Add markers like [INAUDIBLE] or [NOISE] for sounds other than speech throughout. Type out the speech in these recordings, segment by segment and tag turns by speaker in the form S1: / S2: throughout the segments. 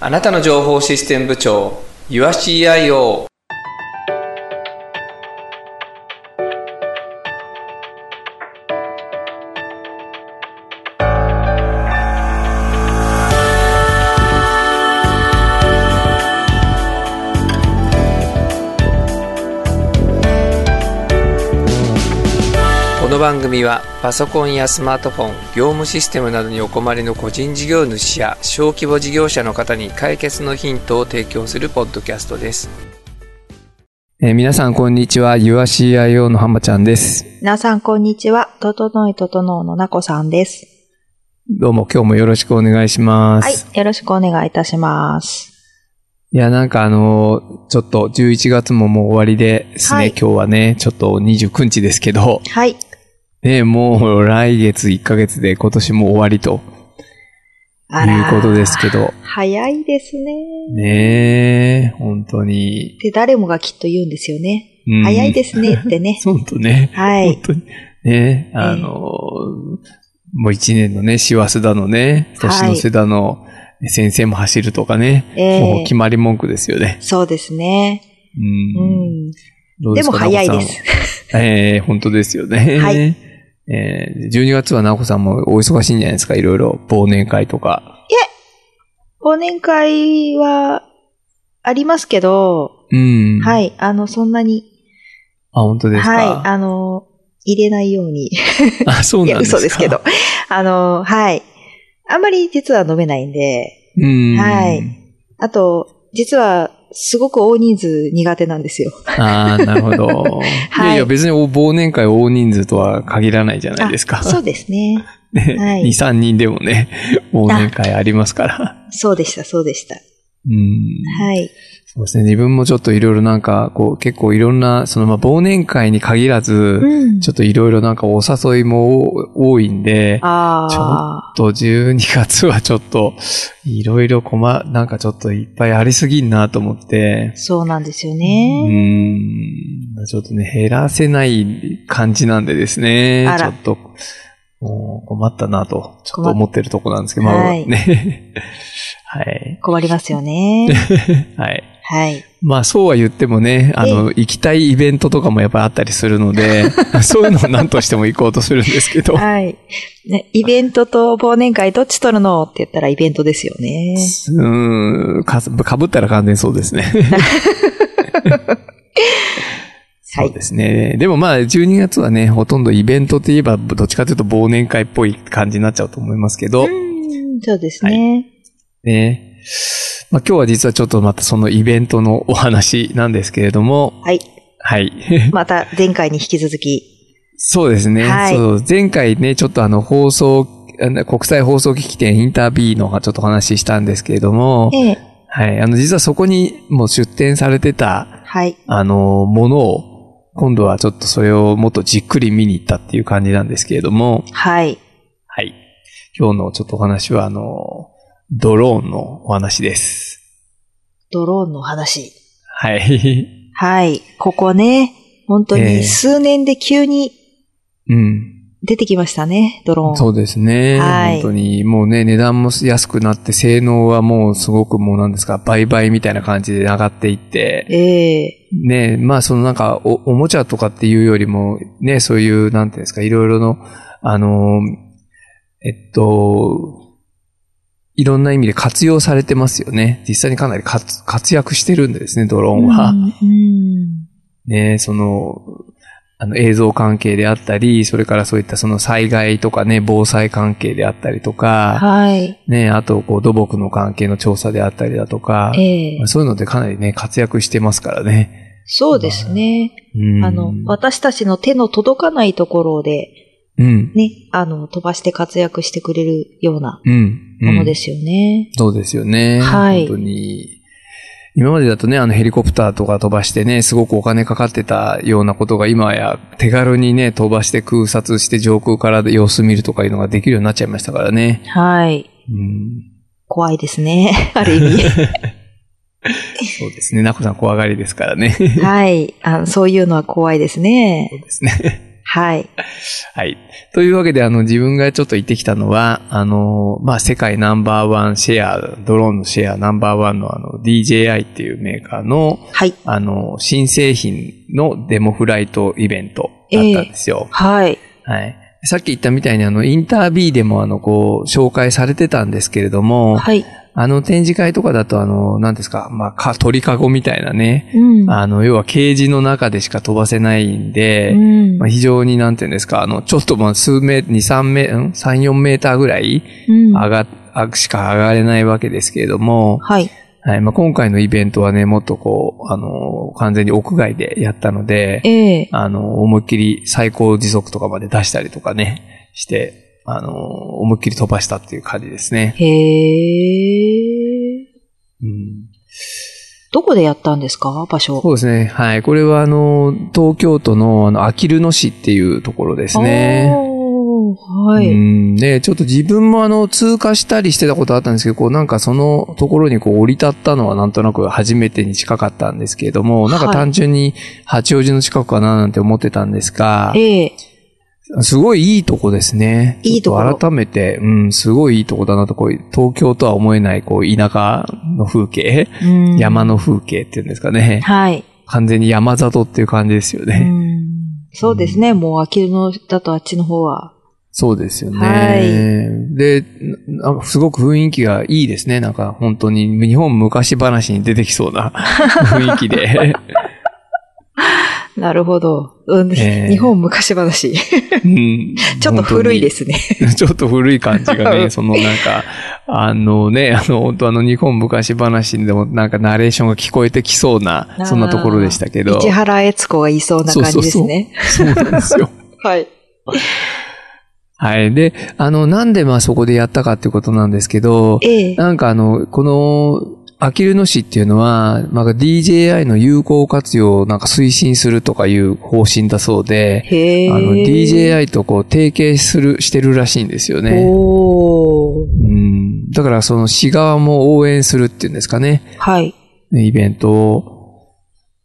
S1: あなたの情報システム部長 YourCIO この番組はパソコンやスマートフォン業務システムなどにお困りの個人事業主や小規模事業者の方に解決のヒントを提供するポッドキャストです、えー皆さんこんにちは YourCIO の浜ちゃんです
S2: 皆さん、こんにちは。ととのいととのうのなこさんです。
S1: どうも今日もよろしくお願いします、
S2: はい。よろしくお願いいたします。
S1: いや、なんかあのーちょっと11月ももう終わりですね、
S2: はい
S1: 今日はね、ちょっと29日ですけど、
S2: はい。
S1: ね、もう来月1ヶ月で今年も終わりと
S2: あ
S1: い
S2: ら
S1: うことですけど、
S2: 早いですね。
S1: ねえ、本当に
S2: っ。て誰もがきっと言うんですよね。
S1: うん。
S2: 早いですねってね
S1: [LAUGHS] 本当ね。
S2: はい
S1: 本。当に。ね、あのーもう一年のね、師走だのね、年の瀬だの、先生も走るとかね、
S2: え
S1: もう
S2: え
S1: 決まり文句ですよね。
S2: そうですね。
S1: う。
S2: うんん。
S1: どう
S2: ですも
S1: か
S2: 早い
S1: ナ
S2: で
S1: オさんは
S2: す。
S1: ええ本当ですよね。
S2: はい
S1: えー12月はなこさんもお忙しいんじゃないですか、いろいろ。忘年会とか。
S2: 忘年会はありますけど、
S1: うん。。
S2: はいい。あの、そんなに、
S1: あ、本当ですか。
S2: はい。あの、入れないように。
S1: あ、そう
S2: い
S1: な
S2: や、
S1: んですか。
S2: 嘘ですけど。。あの、はい。あんまり実は飲めないんで、
S1: うん。
S2: はい。あと、実は、すごく大人数苦手なんですよ。
S1: ああ、なるほど。
S2: はい
S1: い、やいや、別にお忘年会大人数とは限らないじゃないですか。
S2: あ [LAUGHS] そうですね。
S1: ね
S2: はい
S1: 2、3人でもね、忘年会ありますから。
S2: そうでした、そうでした。
S1: うん。
S2: はい。
S1: そうですね。自分もちょっといろいろなんか、こう、結構いろんな、その、まあ、忘年会に限らず、
S2: うん
S1: ちょっといろいろなんかお誘いも多多いんで、
S2: ああ。
S1: と12月はちょっといろいろ困、なんかちょっといっぱいありすぎんなと思って、
S2: そうなんですよ
S1: う
S2: ね。
S1: ーん、ちょっとね、減らせない感じなんでですね
S2: あ、
S1: ちょ
S2: ら
S1: っともう困ったなと、ちょっと
S2: 困っ
S1: 思ってるとこなんですけど、まあ
S2: はい
S1: ね、 [LAUGHS] はい、
S2: 困りますよ [LAUGHS] ね。
S1: はい。
S2: はい。
S1: まあそうは言ってもね、あの、行きたいイベントとかもやっぱりあったりするの
S2: [LAUGHS]
S1: で、そういうのを何としても行こうとするんですけど。
S2: はい。ね、イベントと忘年会どっち取るのって言ったらイベントですよね。
S1: うーん、かす、かぶったら完全にそうですね。そうですね。でもまあ、12月はね、ほとんどイベントといえば、どっちかというと忘年会っぽい感じになっちゃうと思いますけど、
S2: うん、そうですね。
S1: ね。まあ今日は実はちょっとまたそのイベントのお話なんですけれども、
S2: はい。
S1: はい。 [LAUGHS]
S2: また前回に引き続き。
S1: そうですね。
S2: はい
S1: そう前回ね、ちょっとあの放送、あの国際放送機器店インタービーのがちょっとお話ししたんですけれども、
S2: ええ。
S1: はい。あの、実はそこにもう出展されてた、
S2: はい。
S1: あの、ものを、今度はちょっとそれをもっとじっくり見に行ったっていう感じなんですけれども、
S2: はい。
S1: はい。今日のちょっとお話は、あの、ドローンのお話です。
S2: ドローンの話。
S1: はい。 [LAUGHS]
S2: はい。ここね、本当
S1: ええ
S2: に数年で急に
S1: うん。
S2: 出てきましたね、ドローン。
S1: そうですね。
S2: はい
S1: 本当に、もうね、値段も安くなって、性能はもうすごくもうなんですか、倍々みたいな感じで上がっていって、
S2: え
S1: ね、
S2: え
S1: まあそのなんかお、おもちゃとかっていうよりも、ね、そういう、なんていうんですか、いろいろの、あの、えっと、いろんな意味で活用されてますよね。実際にかなり活活躍してるんでですね、ドローンは。
S2: うんうん
S1: ね、その、あの映像関係であったり、それからそういったその災害とかね、防災関係であったりとか、
S2: はい。
S1: ね、あとこう土木の関係の調査であったりだとか、
S2: ええ
S1: まあそういうのでかなりね、活躍してますからね。
S2: そうですね。
S1: うん
S2: あの、私たちの手の届かないところで、
S1: うん。
S2: ね、あの、飛ばして活躍してくれるような
S1: うん。。
S2: ものですすよね。
S1: そうですよね。
S2: はい
S1: 本当に。今までだとね、あのヘリコプターとか飛ばしてね、すごくお金かかってたようなことが今や手軽にね、飛ばして空撮して上空から様子見るとかいうのができるようになっちゃいましたからね。
S2: はい。
S1: うん。
S2: 怖いで
S1: [LAUGHS]
S2: すね。ある意
S1: そうですね。ナコさん怖がりですからね。 [LAUGHS]
S2: 味。はいあの。そういうのは怖いです
S1: そう
S2: ね。
S1: ですね。
S2: はい。
S1: はい。というわけで、あの、自分がちょっと行ってきたのは、あの、まあ、世界ナンバーワンシェア、ドローンのシェアナンバーワンのあの、DJI っていうメーカーの、
S2: はい。
S1: あの、新製品のデモフライトイベントだったんですよ。
S2: はい。
S1: はい。さっき言ったみたいにあの、インタービーでもあの、こう、紹介されてたんですけれども、
S2: はい。
S1: あの展示会とかだとあの、何ですか、まあ、か、鳥かごみたいなね、
S2: うん。
S1: あの、要はケージの中でしか飛ばせないんで、
S2: うん
S1: まあ、非常になんていうんですか、あの、ちょっとまあ数メ、2、3メ、ん ?3、4メーターぐらい
S2: うん
S1: 上が、あしか上がれないわけですけれども、
S2: はい。
S1: はい、まあ、今回のイベントはね、もっとこう、あの、完全に屋外でやったので、
S2: ええ
S1: あの、思いっきり最高時速とかまで出したりとかね、して、あの、思いっきり飛ばしたっていう感じですね。
S2: へえ。
S1: うん、
S2: どこでやったんですか場所。
S1: そうですね。はい。これは、あの、東京都の、あの、あきる野市っていうところですね。
S2: おーは
S1: う
S2: い。
S1: ん、で、ちょっと自分もあの、通過したりしてたことあったんですけど、こうなんかそのところにこう降り立ったのはなんとなく初めてに近かったんですけれども、なんか
S2: はい
S1: 単純に八王子の近くかななんて思ってたんですが、
S2: ええ
S1: すごいいいとこですね。
S2: いいとこ
S1: ち
S2: ろ
S1: ょっ改めて、うん、すごいいいとこだなと、こういう東京とは思えない、こう、田舎の風景、
S2: うん
S1: 山の風景っていうんですかね。
S2: はい。
S1: 完全に山里っていう感じですよ
S2: う
S1: ね。
S2: んそうですね。もう、秋のだとあっちの方は。
S1: そうですよね。
S2: はい
S1: で、ななんかすごく雰囲気がいいですね。なんか本当に日本昔話に出てきそう
S2: [LAUGHS]
S1: な雰囲気で。
S2: なるほど。うん
S1: ええ
S2: 日本昔話。
S1: うん。
S2: ちょっと古いですすね。
S1: 本当に [LAUGHS] ちょっと古い感じが
S2: う
S1: ね、
S2: ん
S1: そのなんか、あのね、あの本当あの日本昔話でもなんかナレーションが聞こえてきそうな、そんなところでしたけど。
S2: 市原悦子が言いそうな感じですね。
S1: そうなんですよ。
S2: はい。
S1: はい。で、あの、なんでまあそこでやったかっていうことなんですけど、
S2: ええ
S1: なんかあの、この、あきる野市っていうのは、まあ、DJI の有効活用をなんか推進するとかいう方針だそうで、
S2: へ
S1: あ
S2: え。
S1: の、DJI とこう提携する、してるらしいんですよね。
S2: おー
S1: うん。だからその市側も応援するっていうんですかね、
S2: はい。
S1: イベントを。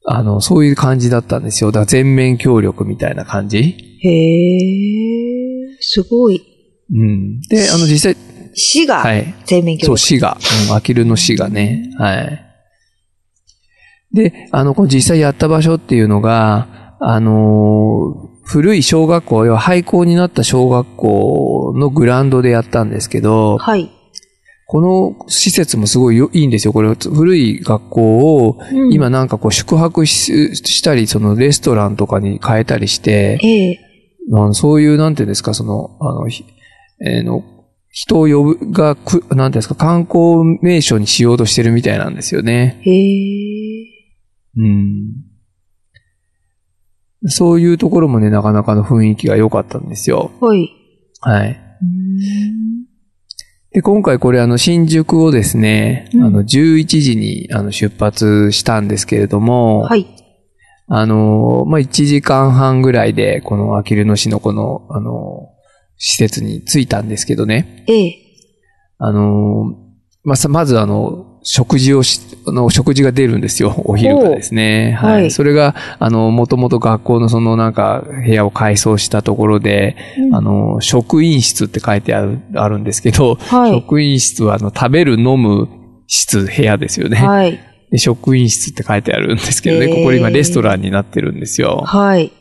S1: あの、そういう感じだったんですよ。だから全面協力みたいな感じ。
S2: へえ。すごい。
S1: うん。で、あの、実際、
S2: 市
S1: は
S2: が
S1: い。
S2: 全面
S1: そ
S2: 協
S1: う、
S2: 力。
S1: 市が。うん、あきるの市がね。はい。で、あの、こう実際やった場所っていうのが、あのー古い小学校、要は廃校になった小学校のグラウンドでやったんですけど、
S2: はい。
S1: この施設もすごいよいいんですよ。これ、古い学校を、
S2: うん
S1: 今。なんかこう宿泊ししたり、そのレストランとかに変えたりして、
S2: ええ。
S1: あのそういう、なんていうんですか、その、あの、ひえーの、人を呼ぶがく、なんていうんですか、観光名所にしようとしてるみたいなんですよね。
S2: へえ。
S1: うん。そういうところもね、なかなかの雰囲気が良かったんですよ。
S2: はい。
S1: はい。
S2: うん
S1: で、今回これあの、新宿をですね、
S2: うん
S1: あの、11時にあの出発したんですけれども、
S2: はい。
S1: あの、まあ、1時間半ぐらいで、このあきる野市のこの、あの、施設に着いたんですけどね。
S2: ええ。
S1: あのーまあ、さ、まずあの、食事をし、あの、食事が出るんですよ。お昼がですね。
S2: おう
S1: はい。
S2: はい
S1: それが、あの、もともと学校のそのなんか、部屋を改装したところで、
S2: うん
S1: あの、職員室って書いてある、あるんですけど、
S2: はい。
S1: 職員室はあの、食べる、飲む、室、部屋ですよね、
S2: はい。
S1: で。職員室って書いてあるんですけどね、
S2: へー
S1: ここ今レストランになってるんですよ。
S2: はい。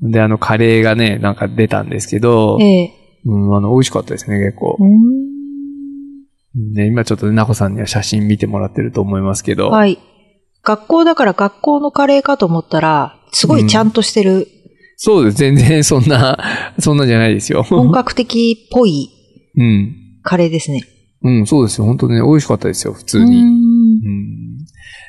S1: で、あの、カレーがね、なんか出たんですけど、
S2: ええ。
S1: うん、あの、美味しかったですね、結構。
S2: うん
S1: ね、今ちょっとね、なこさんには写真見てもらってると思いますけど。い。
S2: はい。学校だから学校のカレーかと思ったら、すごいちゃんとしてる、
S1: そうです。全然そんな、 [LAUGHS] そんなんじゃないですよ。
S2: 本格的っぽい
S1: [LAUGHS] うん。
S2: カレーですね。
S1: うん、そうですよ。本当ね、美味しかったですよ、普通
S2: う
S1: に。
S2: ん
S1: うん。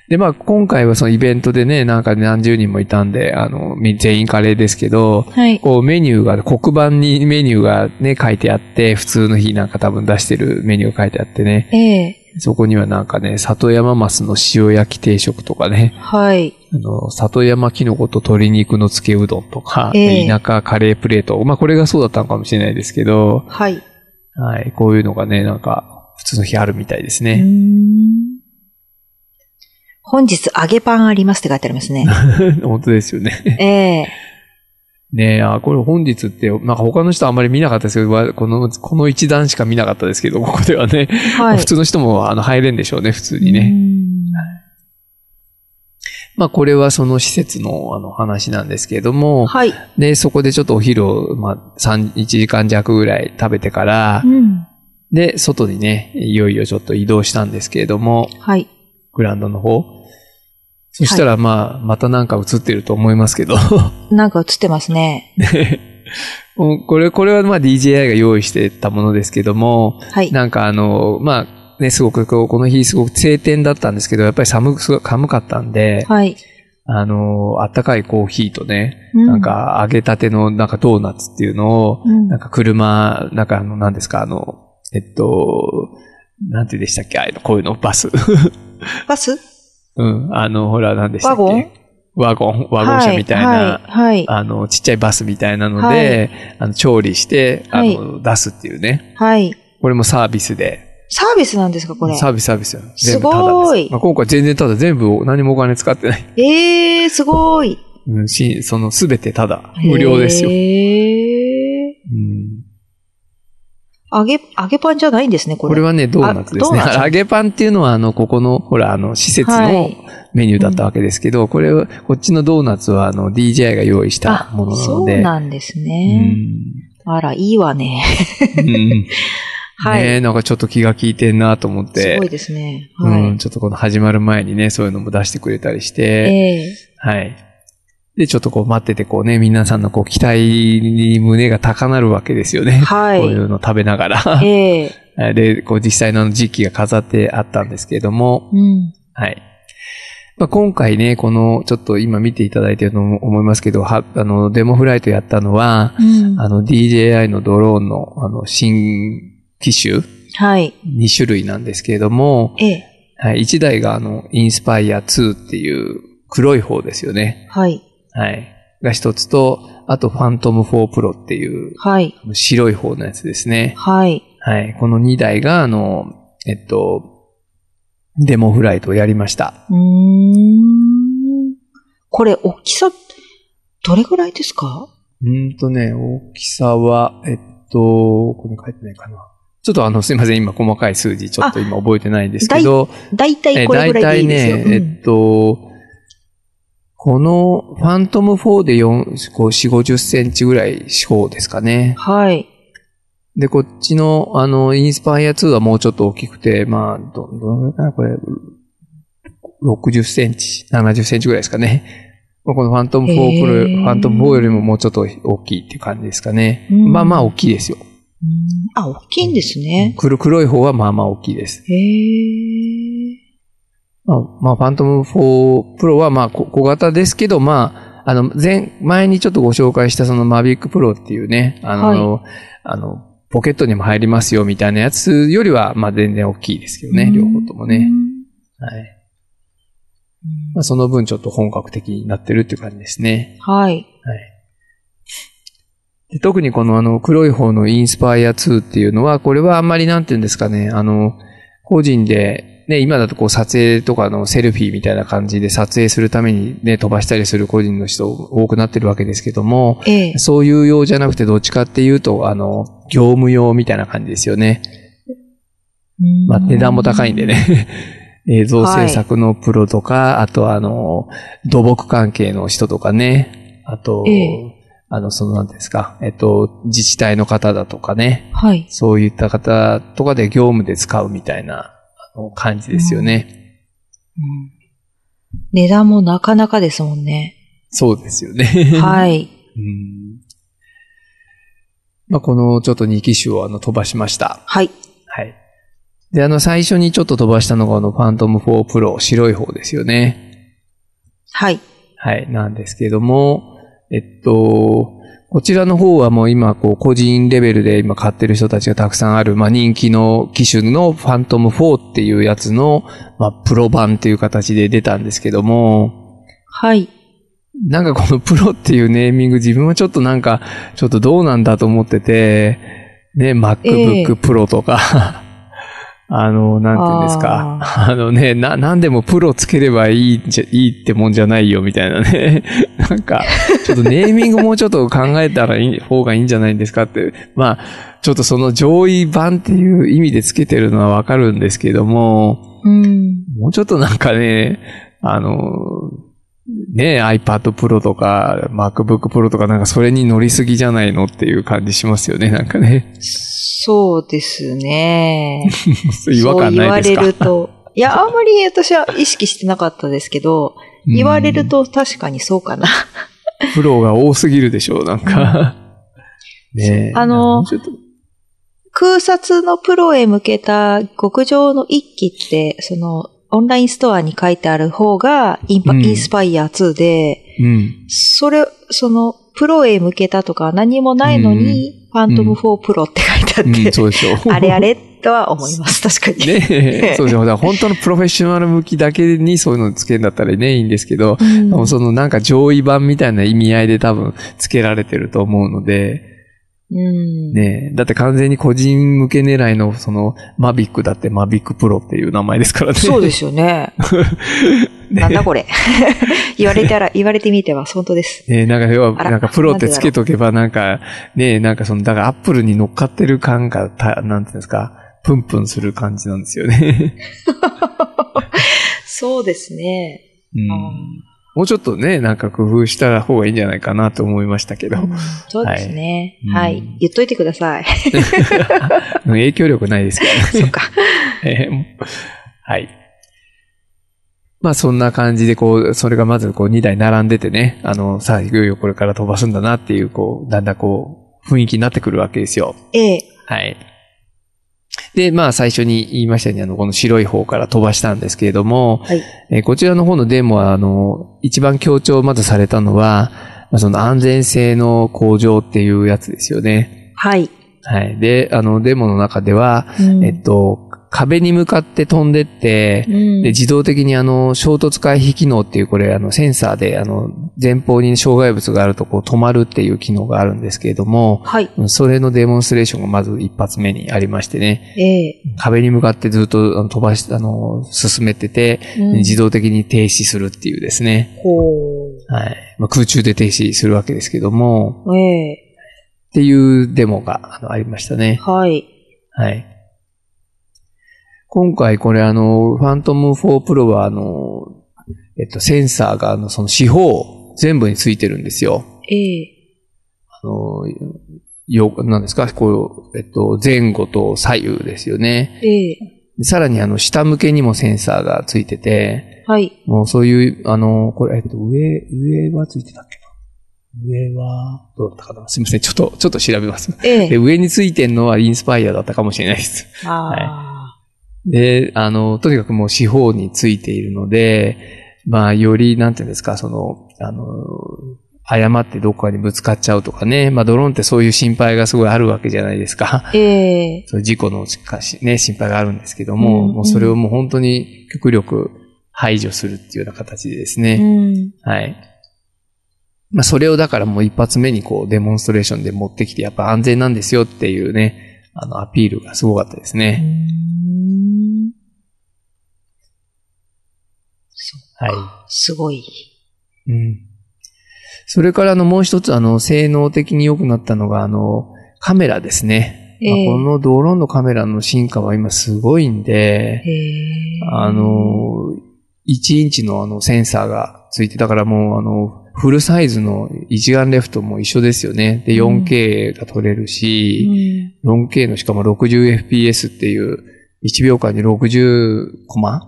S1: で、まあ、今回はそのイベントでね、なんか何十人もいたんで、あの、み全員カレーですけど、
S2: はい。
S1: こうメニューが、黒板にメニューがね、書いてあって、普通の日なんか多分出してるメニューが書いてあってね、
S2: ええ
S1: そこにはなんかね、里山マスの塩焼き定食とかね、
S2: はい。
S1: あの、里山キノコと鶏肉の漬けうどんとか、
S2: ええ
S1: 田舎カレープレート。まあ、これがそうだったのかもしれないですけど、
S2: はい。
S1: はい、こういうのがね、なんか、普通の日あるみたいです
S2: う
S1: ね。
S2: ん
S1: [LAUGHS]
S2: 本日揚げパンありますって書いてありますね。
S1: 本当ですよね。
S2: ええ
S1: ねえ、あ、これ本日って、なんか他の人はあんまり見なかったですけど、わこの、この一段しか見なかったですけど、ここではね、
S2: はい。
S1: 普通の人もあの入れんでしょうね、普通に
S2: う
S1: ね。
S2: ん
S1: まあこれはその施設のあの話なんですけども、
S2: はい。
S1: で、そこでちょっとお昼を、まあ、3、1時間弱ぐらい食べてから
S2: う、ん。
S1: で、外にね、いよいよちょっと移動したんですけれども、
S2: はい。
S1: グラウンドの方。そしたら、まあ、またなんか映ってると思いますけど、 [LAUGHS]
S2: なんか映ってますね。
S1: もうこれ、これはまあ DJI が用意してたものですけども、
S2: はい。
S1: なんかあの、まあ、ね、すごくこう、この日すごく晴天だったんですけど、やっぱり寒く、すごい寒かったんで、
S2: はい。
S1: あの、あったかいコーヒーとね、
S2: う
S1: なん、か揚げたてのなんかドーナツっていうのを、
S2: うん
S1: なんか車、なんかあの、何ですか、あの、えっと、なんてでしたっけああいうの、こういうの、バス。
S2: バス
S1: うん、あの、ほら、何でしたっけ
S2: ワゴン
S1: ワゴン、ワゴン車みたいな、
S2: はい。はい。
S1: あの、ちっちゃいバスみたいなので、
S2: は
S1: あの調理して、あの、出すっていうね。
S2: はい。はい
S1: これもサービスで。
S2: サービスなんですか、これ。
S1: サービスサービスよ。全
S2: す
S1: 部タダです
S2: ごい
S1: まあ、今回全然ただ、全部何もお金使ってない。
S2: ええー、すごい。
S1: うん、し、そのすべてただ。無料ですよ。
S2: ええ
S1: うん
S2: ー。揚げ、揚げパンじゃないんですね、こ
S1: これ
S2: れ。
S1: はね、ドーナツですね。
S2: あドーナツ
S1: 揚げパンっていうのは、あの、ここの、ほら、あの、施設
S2: は
S1: の
S2: い。
S1: メニューだったわけですけど、これは、こっちのドーナツは、あの、DJI が用意したものな
S2: そ
S1: の
S2: う
S1: で。
S2: なんです
S1: う
S2: ね。
S1: ん
S2: あら、いいわね。
S1: うん。
S2: はい
S1: ねえなんかちょっと気が利いてんなと思っ
S2: す
S1: て
S2: ごい。ですね。
S1: う
S2: は
S1: ん、ちょっとこの始まる前にね、そういうのも出してくれたりし
S2: い。
S1: て、
S2: ええ
S1: はい。で、ちょっとこう待ってて、こうね、皆さんのこう期待に胸が高鳴るわけですよね。
S2: はい
S1: こういうの食べながら。
S2: ええ
S1: で、こう実際のあの時期が飾ってあったんですけれども、
S2: うん。
S1: はい。まあ、今回ね、この、ちょっと今見ていただいてると思いますけど、は、あの、デモフライトやったのは、
S2: うん
S1: あの、DJI のドローンの、あの、新機種、
S2: はい。
S1: 2種類なんですけれども、
S2: ええ
S1: はい、1台があの、インスパイア2っていう黒い方ですよね。
S2: はい。
S1: はい。が一つと、あと、ファントム4プロっていう、
S2: はい。
S1: 白い方のやつですね。
S2: はい。
S1: はい。この2台が、あの、えっと、デモフライトをやりました。
S2: うーん。これ、大きさ、どれぐらいですか
S1: うーんとね、大きさは、えっと、これ書いてないかな。ちょっとあの、すいません。今、細かい数字、ちょっと今覚えてないんですけど、
S2: だいたいこれぐらいでいいですよ。
S1: えー大体ね、えっと、この、ファントム4で4、こう4、50センチぐらい四方ですかね
S2: うん。はい。
S1: で、こっちの、あの、インスパイア2はもうちょっと大きくて、まあ、ど、どのぐらいかな、これ、60センチ、70センチぐらいですかね。まあこのファントム4プロ、
S2: へ
S1: フ
S2: ー
S1: ァントム4よりももうちょっと大きいっていう感じですかね。
S2: うん
S1: まあまあ大きいですよ。
S2: うんあ、大きいんですね。
S1: 黒黒い方はまあまあ大きいです。
S2: へえ。
S1: まあ、まあ、ファントム4プロは、まあ、こ小型ですけど、まあ、あの、前、前にちょっとご紹介したそのマビックプロっていうね、あの、あの、ポケットにも入りますよみたいなやつよりは、まあ、全然大きいですけどね、両方ともね。はい。まあ、その分ちょっと本格的になってるっていう感じですね。
S2: はい。
S1: で特にこのあの、黒い方のインスパイア2っていうのは、これはあんまりなんて言うんですかね、あの、個人で、ね、今だとこう撮影とかのセルフィーみたいな感じで撮影するためにね、飛ばしたりする個人の人多くなってるわけですけども、
S2: ええ。
S1: そういう用じゃなくてどっちかっていうと、あの、業務用みたいな感じですよね。
S2: うん
S1: まあ、値段も高いんで。ね。 [LAUGHS] 映像制作のプロとか、あとあの、土木関係の人とかね。あと、
S2: え
S1: あの、そのなんていうんですか、えっと、自治体の方だとかね。
S2: はい。
S1: そういった方とかで業務で使うみたいなあの感じですよね。
S2: うん値段もなかなかですもんね。
S1: そうですよね。
S2: はい。
S1: [LAUGHS] うんまあ、このちょっと2機種をあの飛ばしました。
S2: はい。
S1: はい。で、あの、最初にちょっと飛ばしたのが、あの、ファントム4プロ、白い方ですよね。
S2: はい。
S1: はい、なんですけども、えっと、こちらの方はもう今、こう、個人レベルで今買ってる人たちがたくさんある、まあ人気の機種のファントム4っていうやつの、まあプロ版っていう形で出たんですけども、
S2: はい。
S1: なんかこのプロっていうネーミング自分はちょっとなんか、ちょっとどうなんだと思ってて、ね、
S2: ええ
S1: MacBook Pro とか、 [LAUGHS] あの、なんていうんですか。あのね、な、なんでもプロつければいいじゃ、いいってもんじゃないよ、みたいなね。 [LAUGHS] なんか、ちょっとネーミングもうちょっと考えたらいい、方がいいんじゃないんですかって。まあ、ちょっとその上位版っていう意味でつけてるのはわかるんですけども、
S2: うん。
S1: もうちょっとなんかね、あの、ね、iPad Pro とか MacBook Pro とかなんかそれに乗りすぎじゃないのっていう感じしますよね、なんか
S2: [LAUGHS]
S1: ね。
S2: そうですね。
S1: 違和感ないですか
S2: そう言われると。 [LAUGHS] いや、あんまり私は意識してなかったですけど、言われると確かにそうかな。 [LAUGHS]
S1: プロが多すぎるでしょう、なんか。ねえ
S2: あの
S1: ちょっと
S2: 空撮のプロへ向けた極上の一期って、その、オンラインストアに書いてある方がインパ、
S1: うん
S2: インスパイア2で、
S1: うん。
S2: それ、その、プロへ向けたとか何もないのに、ファントム4プロって書いてあ
S1: う
S2: って、 [LAUGHS]
S1: ん、そうでしょう。
S2: あれあれとは思います。確かに。
S1: [LAUGHS] ねえ、そうですよ。だから本当のプロフェッショナル向きだけにそういうのつけるんだったらね、いいんですけど、
S2: うん
S1: 多分そのなんか上位版みたいな意味合いで多分つけられてると思うので、
S2: うん
S1: ねえ、だって完全に個人向け狙いのそのマビックだってマビックプロっていう名前ですからね。
S2: そうですよね。なんだこ [LAUGHS] れ。言われたら、言われてみては、本当です。
S1: ねえ、なんか要は、
S2: あら
S1: なんかプロってつけとけば、なんか、ねえ、なんかその、だからアップルに乗っかってる感が、た、なんていうんですか、プンプンする感じなんですよ
S2: [LAUGHS]
S1: ね。
S2: そうですね。
S1: うん、
S2: うん
S1: もうちょっとね、なんか工夫した方がいいんじゃないかなと思いましたけど、
S2: うんそうですね。
S1: は
S2: はいい。
S1: うん
S2: 言っといてくだ
S1: [LAUGHS]
S2: さい。
S1: 影響力ないですけど
S2: そっか。
S1: えー [LAUGHS] はい。まあそんな感じで、こう、それがまずこう2台並んでてね、あの、さあいよいよこれから飛ばすんだなっていう、こう、だんだんこう、雰囲気になってくるわけですよ。
S2: ええ。
S1: はい。で、まあ最初に言いましたように、あの、この白い方から飛ばしたんですけれども、
S2: はい
S1: えーこちらの方のデモは、あの、一番強調まずされたのは、まあ、その安全性の向上っていうやつですよね。
S2: はい。
S1: はい。で、あの、デモの中では、
S2: うん
S1: えっと、壁に向かって飛んでって
S2: う、ん
S1: で、自動的にあの、衝突回避機能っていう、これ、あの、センサーで、あの、前方に障害物があると、こう、止まるっていう機能があるんですけれども、
S2: はい。
S1: それのデモンストレーションがまず一発目にありましてね、
S2: ええ。
S1: 壁に向かってずっとあの飛ばし、あの、進めてて、
S2: うん
S1: 自動的に停止するっていうですね。
S2: ほう
S1: はい。まあ、空中で停止するわけですけども、
S2: ええ。
S1: っていうデモがあのありましたね。
S2: はい。
S1: はい。今回これあの、ファントム4プロはあの、えっと、センサーがあの、その四方全部についてるんですよ。
S2: ええ。
S1: あの、よ、なんですかこう、えっと、前後と左右ですよね。
S2: ええ。
S1: でさらにあの、下向けにもセンサーがついてて、
S2: はい。
S1: もうそういう、あの、これ、えっと、上、上はついてたっけな上は、どうだったかなすいません。ちょっと、ちょっと調べます。
S2: え
S1: で、
S2: え。
S1: 上についてんのはインスパイアだったかもしれないです。
S2: あ
S1: で、あの、とにかくもう四方についているので、まあ、より、なんていうんですか、その、あの、誤ってどこかにぶつかっちゃうとかね。まあ、ドローンってそういう心配がすごいあるわけじゃないですか。 [LAUGHS]
S2: あ。ええ。
S1: そういう事故のしかし、ね、心配があるんですけども、
S2: うんうん
S1: もうそれをもう本当に極力排除するっていうような形でです
S2: う
S1: ね。
S2: ん。
S1: はい。まあ、それをだからもう一発目にこう、デモンストレーションで持ってきて、やっぱ安全なんですよっていうね、あの、アピールがすごかったですね。
S2: うんそう
S1: はい。
S2: すごい。
S1: うん。それからあの、もう一つ、あの、性能的に良くなったのが、あの、カメラですね。
S2: ええ
S1: まあこのドローンのカメラの進化は今すごいん
S2: え
S1: で、
S2: え。
S1: あの、1インチのあのセンサーがついて、だからもうあの、フルサイズの一眼レフとも一緒ですよね。で、
S2: うん
S1: 4K が撮れる
S2: う
S1: し、
S2: ん、
S1: 4K のしかも 60fps っていう、1秒間に60コマ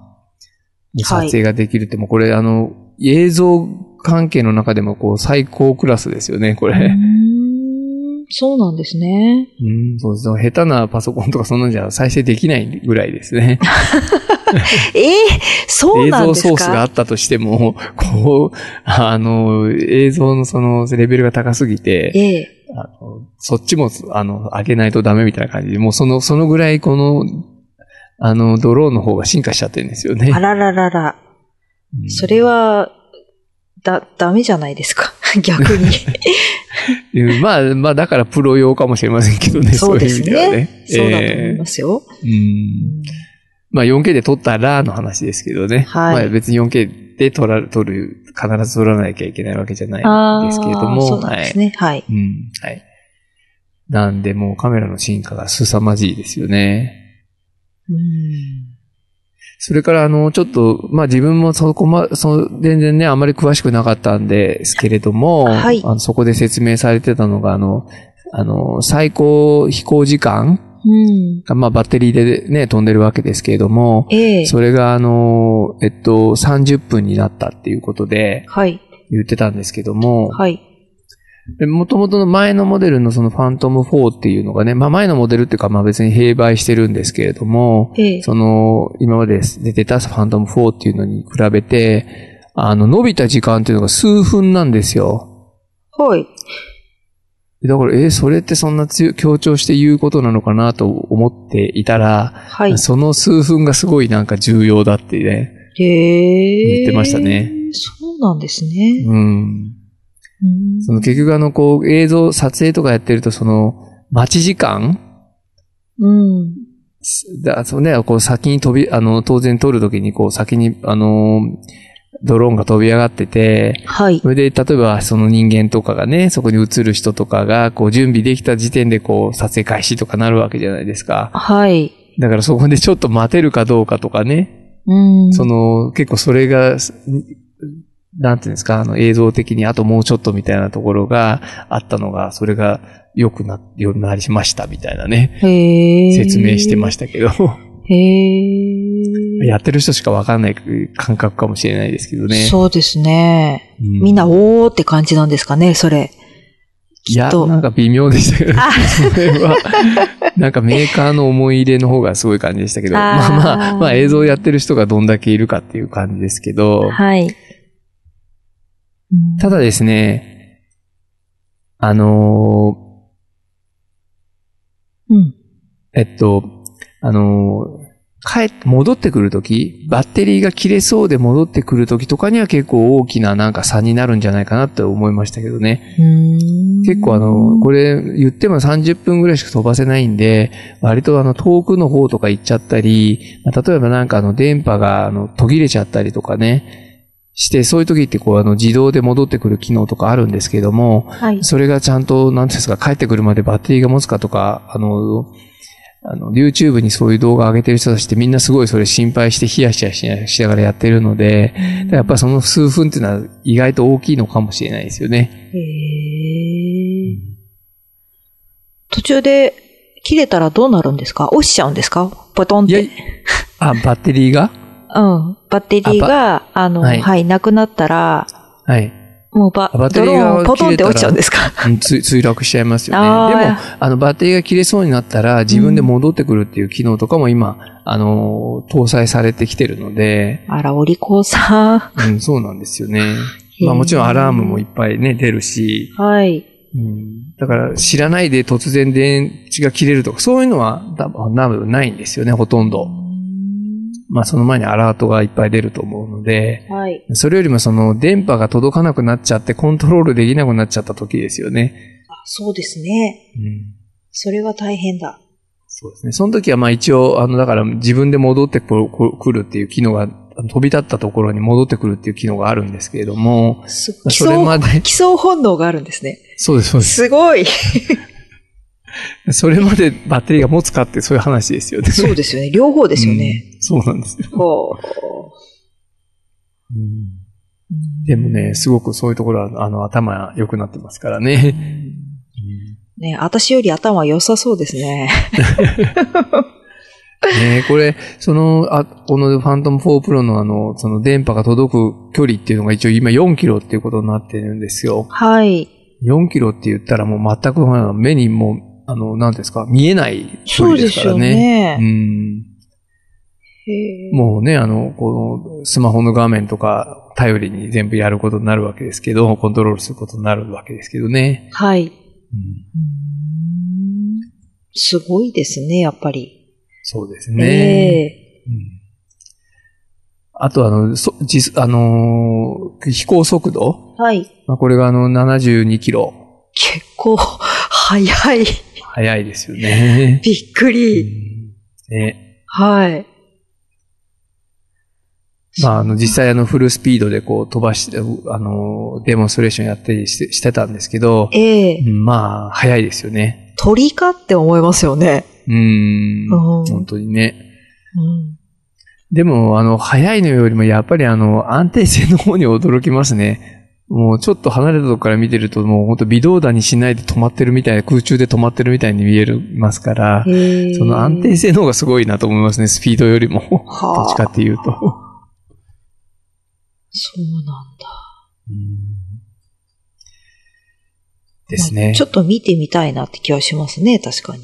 S1: の撮影ができるって、もうこれあの、映像関係の中でもこう最高クラスですよね、こ
S2: う
S1: れ。
S2: ーんそうなんですね。
S1: うん、そうです下手なパソコンとかそんなんじゃ再生できないぐらいですね。
S2: ええ [LAUGHS] そう
S1: 映
S2: な
S1: 像
S2: んですか
S1: ソースがあったとしても、こう、あの、映像のそのレベルが高すぎて、
S2: ええ
S1: あの、そっちも、あの、上げないとダメみたいな感じで、もうその、そのぐらいこの、あの、ドローンの方が進化しちゃってるんですよね
S2: あ。らららら。
S1: うん
S2: それは、だ、ダメじゃないですか。 [LAUGHS] 逆に。
S1: うんまあ、まあ、だからプロ用かもしれませんけどね、
S2: そ
S1: そううい
S2: で
S1: う意
S2: す
S1: 味では
S2: ね
S1: ね。。
S2: そうだと思い
S1: え
S2: ますよ。
S1: えうんまあ 4K で撮ったらの話ですけどね。
S2: はい
S1: まあ別に 4K で撮ら、撮る、必ず撮らなきゃいけないわけじゃないんですけれど
S2: あー
S1: も。
S2: そうなんですね。は
S1: は
S2: い。
S1: い。うん。はい。なんでもうカメラの進化が凄まじいですよね。
S2: うん
S1: それからあの、ちょっと、まあ自分もそこま、そ全然ね、あまり詳しくなかったんですけれども、
S2: はい
S1: あのそこで説明されてたのが、あの、あの、最高飛行時間
S2: うん。
S1: が、まあバッテリーでね、飛んでるわけですけれども、
S2: ええ。
S1: それが、あの、えっと、30分になったっていうことで
S2: はい。
S1: 言ってたんですけども、
S2: はい。
S1: もともとの前のモデルのそのファントム4っていうのがね、まあ前のモデルっていうか、まあ別に併売してるんですけれども、
S2: ええ。
S1: その、今まで出てたファントム4っていうのに比べて、あの、伸びた時間っていうのが数分なんですよ。
S2: はい。
S1: だから、えーそれってそんな強強調して言うことなのかなと思っていたら、
S2: はい。
S1: その数分がすごいなんか重要だってね。
S2: へえ。
S1: 言ってましたね。
S2: そうなんですね。
S1: うん。
S2: うん
S1: その結局あの、こう、映像、撮影とかやってると、その、待ち時間
S2: うん。
S1: すだそうね、こう先に飛び、あの、当然撮るときに、こう先に、あの、ドローンが飛び上がってて、
S2: はい
S1: そ。れで、例えばその人間とかがね、そこに映る人とかが、こう準備できた時点で、こう、撮影開始とかなるわけじゃないですか。
S2: はい。
S1: だからそこでちょっと待てるかどうかとかね、
S2: うん。
S1: その、結構それが、すなんていうんですか、あの映像的にあともうちょっとみたいなところがあったのが、それが良くな、ようになりましたみたいなね、
S2: へえ。
S1: 説明してましたけど、 [LAUGHS]
S2: た。へえ。
S1: やってる人しかわかんない感覚かもしれないですけどね。
S2: そうですね。
S1: うん
S2: みんな、おーって感じなんですかね、それ。
S1: いや、
S2: きっと
S1: なんか微妙でしたけど、
S2: あ
S1: それ
S2: [LAUGHS]
S1: は、なんかメーカーの思い入れの方がすごい感じでしたけど、
S2: あー
S1: まあまあ、まあ映像やってる人がどんだけいるかっていう感じですけど、
S2: はい。うん
S1: ただですね、あの
S2: うん。
S1: ーえっと、あのー帰っ、戻ってくるとき、バッテリーが切れそうで戻ってくるときとかには結構大きななんか差になるんじゃないかなって思いましたけどね。
S2: うん
S1: 結構あの、これ言っても30分ぐらいしか飛ばせないんで、割とあの遠くの方とか行っちゃったり、まあ例えばなんかあの電波があの途切れちゃったりとかね、して、そういう時ってこうあの自動で戻ってくる機能とかあるんですけども、
S2: はい。
S1: それがちゃんと、なんていうんですか、帰ってくるまでバッテリーが持つかとか、あの、あの、YouTube にそういう動画上げてる人たちってみんなすごいそれ心配してヒヤヒヤしなしながらやってるので、やっぱその数分っていうのは意外と大きいのかもしれないですよね。
S2: へえ。途中で切れたらどうなるんですか落ちちゃうんですかポトンっ
S1: いや
S2: て。、
S1: あ、バッテリーが
S2: うん。バッテリーが、あの、は、
S1: はいい
S2: なくなったら、
S1: はい。
S2: もうバ
S1: あバッテ
S2: ド
S1: リ
S2: ロ
S1: ーが
S2: ーンポトンっ
S1: 切れ
S2: て
S1: たら
S2: 落ちちゃうんですか
S1: うんつ墜落しちゃいますよ
S2: あー
S1: ね。でも、あの、バッテリーが切れそうになったら、自分で戻ってくるっていう機能とかも今、あのー、搭載されてきてるので、
S2: あら、お利口さん。
S1: うん、そうなんですよね。
S2: へー
S1: まあもちろんアラームもいっぱいね、出るし、
S2: はい。
S1: うん、だから知らないで突然電池が切れるとか、そういうのは多分多分ないんですよね、ほとん
S2: うー
S1: ど。
S2: ん
S1: まあその前にアラートがいっぱい出ると思うので、
S2: はい。
S1: それよりもその電波が届かなくなっちゃってコントロールできなくなっちゃった時ですよね。
S2: あそうですね。
S1: うん
S2: それは大変だ。
S1: そうですね。その時はまあ一応、あの、だから自分で戻ってここ来るっていう機能が、あの飛び立ったところに戻ってくるっていう機能があるんですけれども、
S2: すごい。
S1: それまで、
S2: 基礎本能があるんですね。
S1: そうです、そうです。
S2: すごい。
S1: それまでバッテリーが持つかってそういう話ですよね。
S2: そうですよね。両方ですよね。
S1: うん。そうなんですよ。
S2: ほう。
S1: でもね、すごくそういうところは、あの、頭良くなってますからね。
S2: ね、私より頭良さそうですね。
S1: ねこれ、その、あ、このファントム4プロのあの、その電波が届く距離っていうのが一応今4キロっていうことになってるんですよ。
S2: はい。
S1: 4キロって言ったらもう全くまあ目にもう、あの、なんていうんですか、見えない距
S2: そう
S1: 離
S2: で
S1: です
S2: す
S1: から
S2: よ
S1: ね。う
S2: ね。
S1: ん。
S2: へー
S1: もうね、あの、このスマホの画面とか頼りに全部やることになるわけですけど、コントロールすることになるわけですけどね。
S2: はい。
S1: うん、
S2: すごいですね、やっぱり。
S1: そうですね。うん、あとあの、そ実あのー飛行速
S2: え
S1: 度、
S2: はい。
S1: まあ、これがあの72キロ。
S2: 結構、早い。 [LAUGHS]
S1: 速いですよね。
S2: びっく
S1: う
S2: り。
S1: んね
S2: はい。
S1: まあ、あの、実際あの、フルスピードでこう飛ばして、あの、デモンストレーションやったりしてしてたんですけど、
S2: ええ
S1: うんまあ、早いですよね。
S2: 鳥かって思いますよね。
S1: うーん。
S2: うん
S1: 本当にね。
S2: うん。
S1: でも、あの、早いのよりも、やっぱりあの、安定性の方に驚きますね。もう、ちょっと離れたとこから見てると、もう本当微動だにしないで止まってるみたいな、空中で止まってるみたいに見えるますから、
S2: ええ
S1: その安定性の方がすごいなと思いますね、スピードよりも。どっ
S2: は
S1: ちか
S2: あ、
S1: っていうと。
S2: そうなんだ。
S1: です
S2: まあ
S1: ね
S2: ち。ょっと見てみたいなって気はしますね、確かに。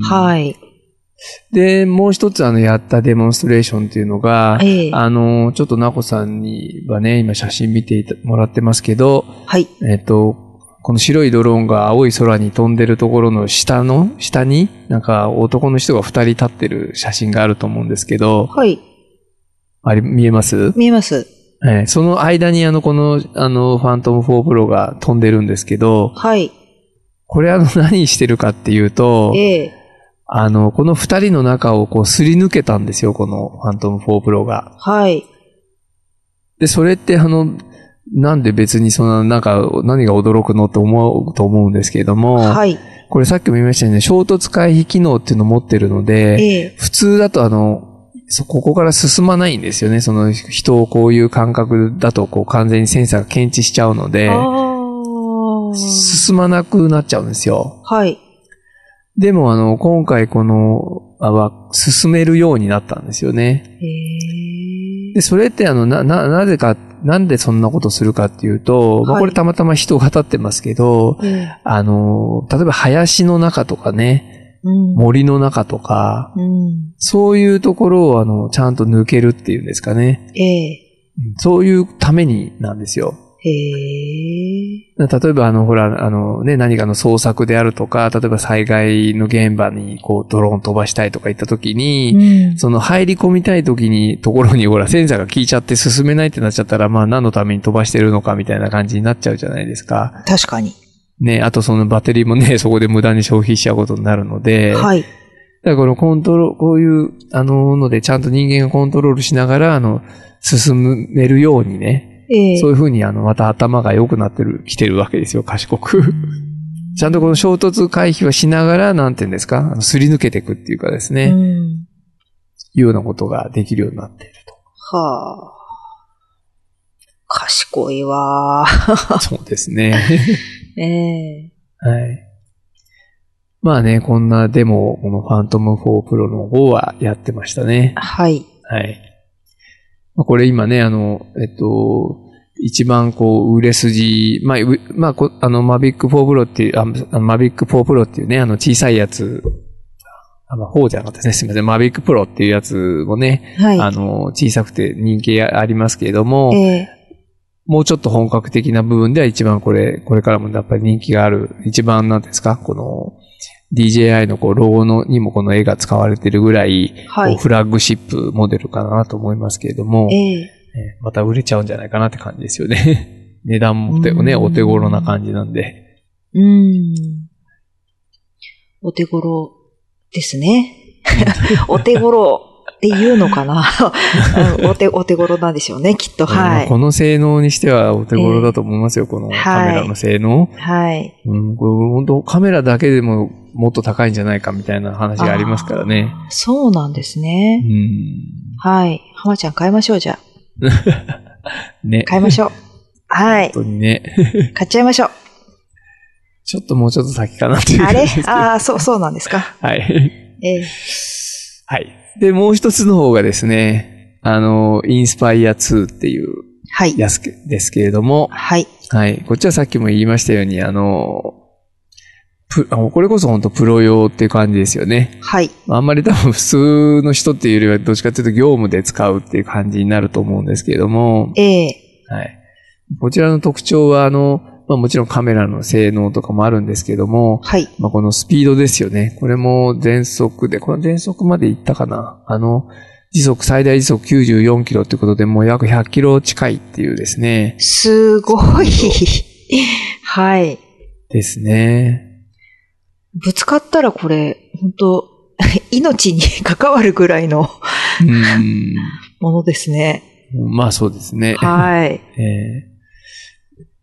S1: うん。
S2: はい。
S1: で、もう一つあの、やったデモンストレーションっていうのが、
S2: ええ
S1: あの、ちょっとなこさんにはね、今写真見ていたもらってますけど、
S2: はい。
S1: えっと、この白いドローンが青い空に飛んでるところの下の、下に、なんか男の人が二人立ってる写真があると思うんですけど、
S2: はい。
S1: あれ見えます
S2: 見えます。
S1: ええその間にあの、この、あの、ファントム4プロが飛んでるんですけど、
S2: はい。
S1: これあの、何してるかっていうと、
S2: ええ
S1: あの、この二人の中をこうすり抜けたんですよ、このファントム4プロが。
S2: はい。
S1: で、それってあの、なんで別にそんな、なんか、何が驚くのと思うと思うんですけれども、
S2: はい。
S1: これさっきも言いましたよね、衝突回避機能っていうのを持ってるので、
S2: ええ
S1: 普通だとあの、そここから進まないんですよね。その人をこういう感覚だとこう完全にセンサーが検知しちゃうので
S2: あ、あ。
S1: 進まなくなっちゃうんですよ。
S2: はい。
S1: でもあの、今回この、あは進めるようになったんですよね。
S2: ええ
S1: で、それってあの、な、な、なぜか、なんでそんなことするかっていうと、まあ
S2: はい
S1: これたまたま人が立ってますけど、
S2: ええ
S1: あの、例えば林の中とかね、
S2: うん。
S1: 森の中とか、
S2: うん。
S1: そういうところをあの、ちゃんと抜けるっていうんですかね。
S2: ええ
S1: そういうためになんですよ。
S2: ええ
S1: 例えばあの、ほら、あのね、何かの捜索であるとか、例えば災害の現場にこう、ドローン飛ばしたいとか言った時に、
S2: うん。
S1: その入り込みたい時に、ところにほら、センサーが効いちゃって進めないってなっちゃったら、まあ何のために飛ばしてるのかみたいな感じになっちゃうじゃないですか。
S2: 確かに。
S1: ね、あとそのバッテリーもね、 [LAUGHS] そこで無駄に消費しちゃうことになるので、だか
S2: はい。
S1: らこのコントロール、こういう、あの、のでちゃんと人間がコントロールしながら、あの、進めるようにね、
S2: ええ
S1: そういうふうにあの、また頭が良くなってる、来てるわけですよ、賢く。ちゃんとこの衝突回避はしながら、なんて言うんですか、あのすり抜けていくっていうかですね、
S2: うん。
S1: いうようなことができるようになっていると。
S2: はあ。賢いわー。
S1: そうですね。 [LAUGHS]
S2: ええ
S1: はい。まあね、こんなデモをこのファントム4プロの方はやってましたね。
S2: はい。
S1: はい。まあこれ今ね、あの、えっと、一番こう、売れ筋、まあ、うまあ、こあの、マビック4プロっていう、ああのマビック4プロっていうね、あの、小さいやつ、あの、4じゃなかったですね。すみません。マビックプロっていうやつもね、
S2: はい。
S1: あの、小さくて人気ありますけれども、
S2: ええ
S1: もうちょっと本格的な部分では一番これ、これからもやっぱり人気がある、一番なんていうんですか、この DJI のこうロゴのにもこの絵が使われてるぐらい、
S2: はい
S1: こうフラッグシップモデルかなと思いますけれども、
S2: ええ
S1: えーまた売れちゃうんじゃないかなって感じですよね。 [LAUGHS] 値段もお手ね、
S2: うん
S1: お手頃な感じなんで。
S2: うん。お手頃で
S1: [LAUGHS]
S2: すね。お手頃って言うのかなうんお手、お手頃なんでしょうね、きっと。は
S1: こ
S2: い。
S1: の性能にしてはお手頃だと思いますよ、このカメラの性能。
S2: はい。
S1: うん、これ本当カメラだけでももっと高いんじゃないかみたいな話がありますからね。
S2: あー。そうなんです
S1: う
S2: ね。
S1: ん。
S2: はい。浜ちゃん買いましょう、じゃあ。
S1: ね。
S2: 買いましょう。はい。
S1: 本当にね。
S2: 買っちゃいましょう。
S1: ちょっともうちょっと先かなっていう
S2: あ
S1: 感じ
S2: れ
S1: ですけど。
S2: ああ、そう、そうなんですか。
S1: [LAUGHS] はい。
S2: ええ
S1: はい。で、もう一つの方がですね、あの、インスパイア2っていう
S2: はい。
S1: やつけですけれども、
S2: はい。
S1: はい。こっちはさっきも言いましたように、あの、プあこれこそ本当プロ用っていう感じですよね。
S2: はい。
S1: あんまり多分普通の人っていうよりはどっちかっていうと業務で使うっていう感じになると思うんですけれども、
S2: ええ
S1: はい。こちらの特徴は、あの、まあもちろんカメラの性能とかもあるんですけども、
S2: はい。
S1: まあ、このスピードですよね。これも全速で、この全速まで行ったかな。あの、時速、最大時速94キロってことで、もう約100キロ近いっていうですね。
S2: すごい。はい。
S1: ですね。
S2: ぶつかったらこ [LAUGHS] れ、本当命に関わるぐらいの、
S1: うん。
S2: ものですね。
S1: まあそうですね。
S2: はい。
S1: えー